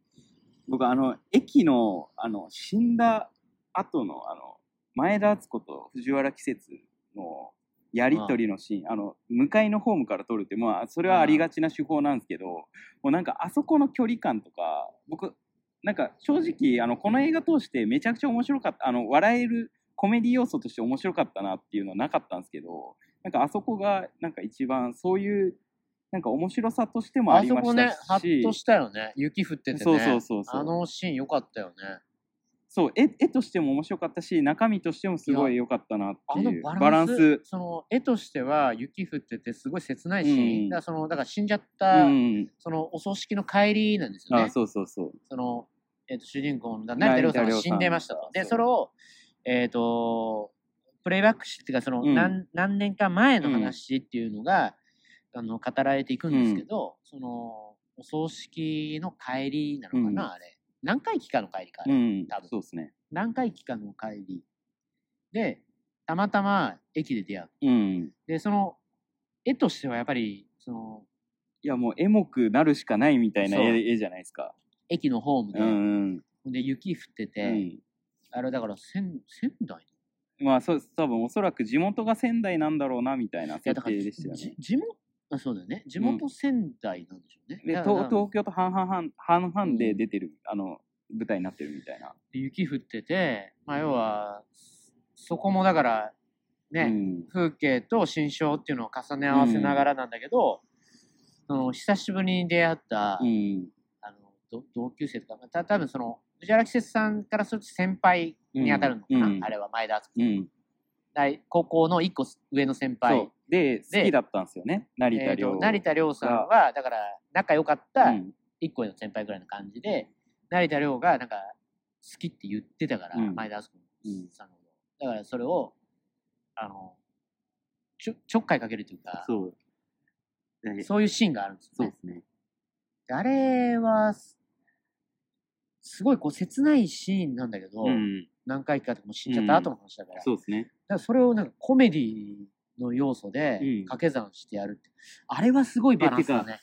[SPEAKER 3] 僕、あの、駅の、あの、死んだ後の、あの、前田敦子と藤原季節のやりとりのシーン、あの、向かいのホームから撮るって、まあ、それはありがちな手法なんですけど、もうなんか、あそこの距離感とか、僕、なんか、正直、あの、この映画通してめちゃくちゃ面白かった、あの、笑える、コメディ要素として面白かったなっていうのはなかったんですけど、なんかあそこがなんか一番そういうなんか面白さとしてもあ
[SPEAKER 2] あ
[SPEAKER 3] り
[SPEAKER 2] そ
[SPEAKER 3] ま
[SPEAKER 2] こ
[SPEAKER 3] し
[SPEAKER 2] ねハ
[SPEAKER 3] たし、
[SPEAKER 2] ッとしたよね雪降っててね
[SPEAKER 3] そうそうそうそう
[SPEAKER 2] あのシーン良かったよね
[SPEAKER 3] そう絵絵としても面白かったし中身としてもすごい良かったなって
[SPEAKER 2] あ
[SPEAKER 3] い
[SPEAKER 2] の
[SPEAKER 3] う
[SPEAKER 2] バランス
[SPEAKER 3] バランス、
[SPEAKER 2] その絵としては雪降っててすごい切ないし、
[SPEAKER 3] うん
[SPEAKER 2] だからそのだから死んじゃっ
[SPEAKER 3] う
[SPEAKER 2] た、
[SPEAKER 3] ん、
[SPEAKER 2] そのお葬式の帰りなんですよ
[SPEAKER 3] あ
[SPEAKER 2] ね。そ
[SPEAKER 3] そうそうそう
[SPEAKER 2] のえっと主人公の成田凌さん
[SPEAKER 3] 成田凌
[SPEAKER 2] が
[SPEAKER 3] さん
[SPEAKER 2] 死んでましたと。で
[SPEAKER 3] そう
[SPEAKER 2] それを、えっとプレイバックしてっていうかその、
[SPEAKER 3] うん
[SPEAKER 2] 何何年か前の話っていうのが、あの語られていくんですけど、そのお葬式の帰りなのかな、
[SPEAKER 3] う
[SPEAKER 2] あれ何回忌かの帰りか、あ
[SPEAKER 3] う
[SPEAKER 2] れ
[SPEAKER 3] ん
[SPEAKER 2] 多分
[SPEAKER 3] そうですね
[SPEAKER 2] 何回忌かの帰りでたまたま駅で出会う。
[SPEAKER 3] うん
[SPEAKER 2] でその絵としてはやっぱりその
[SPEAKER 3] いやもうエモくなるしかないみたいな
[SPEAKER 2] そう
[SPEAKER 3] 絵絵じゃないですか
[SPEAKER 2] 駅のホームで,、
[SPEAKER 3] うん、
[SPEAKER 2] で雪降ってて、
[SPEAKER 3] うん
[SPEAKER 2] あれだから仙仙台い
[SPEAKER 3] まあそう多分おそらく地元が仙台なんだろうなみたいな
[SPEAKER 2] や
[SPEAKER 3] 設
[SPEAKER 2] だから
[SPEAKER 3] 定でしたよね
[SPEAKER 2] じ地元あそうだよね地元仙台なんでしょうね、
[SPEAKER 3] で
[SPEAKER 2] だから
[SPEAKER 3] 東東京と半々半々で出てる、あの舞台になってるみたいな、
[SPEAKER 2] で雪降ってて、まあ、要はそこもだからね、
[SPEAKER 3] うん
[SPEAKER 2] 風景と心象っていうのを重ね合わせながらなんだけど、その久しぶりに出会った、
[SPEAKER 3] うん
[SPEAKER 2] あのど同級生とかた多分その藤原季節さんからすると先輩に当たるのかな、
[SPEAKER 3] うんうん
[SPEAKER 2] あれは前田敦子さん
[SPEAKER 3] うん、
[SPEAKER 2] 大高校の1個上の先
[SPEAKER 3] そ
[SPEAKER 2] 輩
[SPEAKER 3] う
[SPEAKER 2] で
[SPEAKER 3] で好きだったんですよね成
[SPEAKER 2] え
[SPEAKER 3] 田
[SPEAKER 2] ーと
[SPEAKER 3] 凌、
[SPEAKER 2] 成田凌さんはだから仲良かった
[SPEAKER 3] うん
[SPEAKER 2] 1個上の先輩ぐらいの感じで、成田凌がなんか好きって言ってたから、
[SPEAKER 3] うん
[SPEAKER 2] 前田敦子さんのこと、だからそれをあのちょちょっかいかけるというかそう
[SPEAKER 3] そうで
[SPEAKER 2] いうシーンがあるんです
[SPEAKER 3] そ
[SPEAKER 2] よ
[SPEAKER 3] う
[SPEAKER 2] ね
[SPEAKER 3] ですね
[SPEAKER 2] であれはすすごいこう切ないシーンなんだけど、
[SPEAKER 3] うん
[SPEAKER 2] 何回かとかもう死んじゃった後の話だから、
[SPEAKER 3] そうですね
[SPEAKER 2] だからそれをなんかコメディの要素で
[SPEAKER 3] うん
[SPEAKER 2] 掛け算してやるって、あれはすごいバランスだね。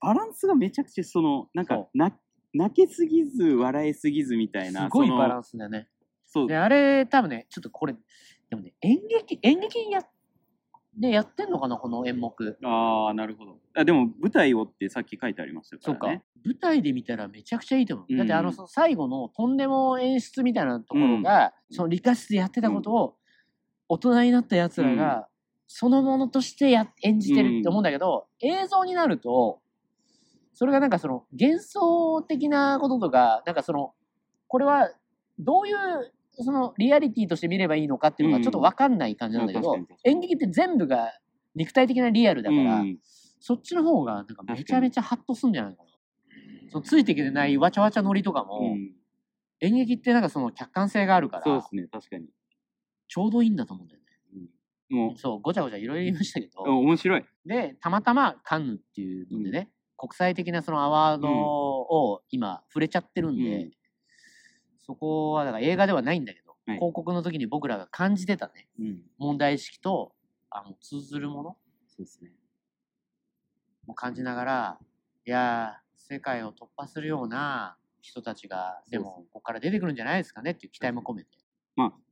[SPEAKER 3] バランスがめちゃくちゃそのなん
[SPEAKER 2] そ
[SPEAKER 3] かな泣けすぎず笑えすぎずみたいな
[SPEAKER 2] すごいバラ
[SPEAKER 3] ンス
[SPEAKER 2] ンスだね。
[SPEAKER 3] そう
[SPEAKER 2] で、あれ多分ね、ちょっとこれ、でもね、演劇、演劇や、でやってんのかな、この演目。
[SPEAKER 3] ああなるほどあでも舞台をってさっき書いてありました
[SPEAKER 2] そ
[SPEAKER 3] か、
[SPEAKER 2] うから
[SPEAKER 3] ね、
[SPEAKER 2] 舞台で見たらめちゃくちゃいいと思う。
[SPEAKER 3] うん
[SPEAKER 2] だってあの、その最後のとんでも演出みたいなところが、
[SPEAKER 3] うん
[SPEAKER 2] その理科室でやってたことを、大人になった奴らが、そのものとしてや演じてるって思うんだけど、映像になると、それがなんかその幻想的なこととか、なんかその、これはどういうそのリアリティとして見ればいいのかっていうの
[SPEAKER 3] うん
[SPEAKER 2] がちょっとわかんない感じなんだけど、
[SPEAKER 3] うん確かに確かに
[SPEAKER 2] 演劇って全部が肉体的なリアルだから、そっちの方がなんかめちゃめちゃハッとすんじゃないかな。そのついてきてないわちゃわちゃノリとかも、
[SPEAKER 3] うん
[SPEAKER 2] 演劇ってなんかその客観性があるか
[SPEAKER 3] そう
[SPEAKER 2] ら
[SPEAKER 3] で、すね、確かに。
[SPEAKER 2] ちょうどいいんだと思うんだよね。
[SPEAKER 3] うん、も
[SPEAKER 2] そう、ごちゃごちゃいろいろ言いましたけど、
[SPEAKER 3] う、面白い。
[SPEAKER 2] で、たまたまカンヌっていうのでね、国際的なそのアワードを今触れちゃってるんで、
[SPEAKER 3] うん
[SPEAKER 2] そこはだから映画ではないんだけど、
[SPEAKER 3] はい
[SPEAKER 2] 広告の時に僕らが感じてたね、
[SPEAKER 3] うん、
[SPEAKER 2] 問題意識とあの通ずるもの
[SPEAKER 3] そうですね。
[SPEAKER 2] も感じながら、いやー、世界を突破するような人たちが、で
[SPEAKER 3] そう
[SPEAKER 2] も、ここから出てくるんじゃないですかねっていう期待も込めて。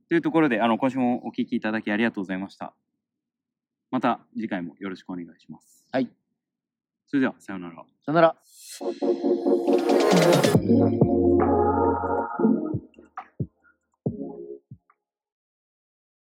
[SPEAKER 3] というところで、あの、今週もお聞きいただきありがとうございました。また次回もよろしくお願いします。
[SPEAKER 2] はい。
[SPEAKER 3] それでは、さようなら。
[SPEAKER 2] さよなら。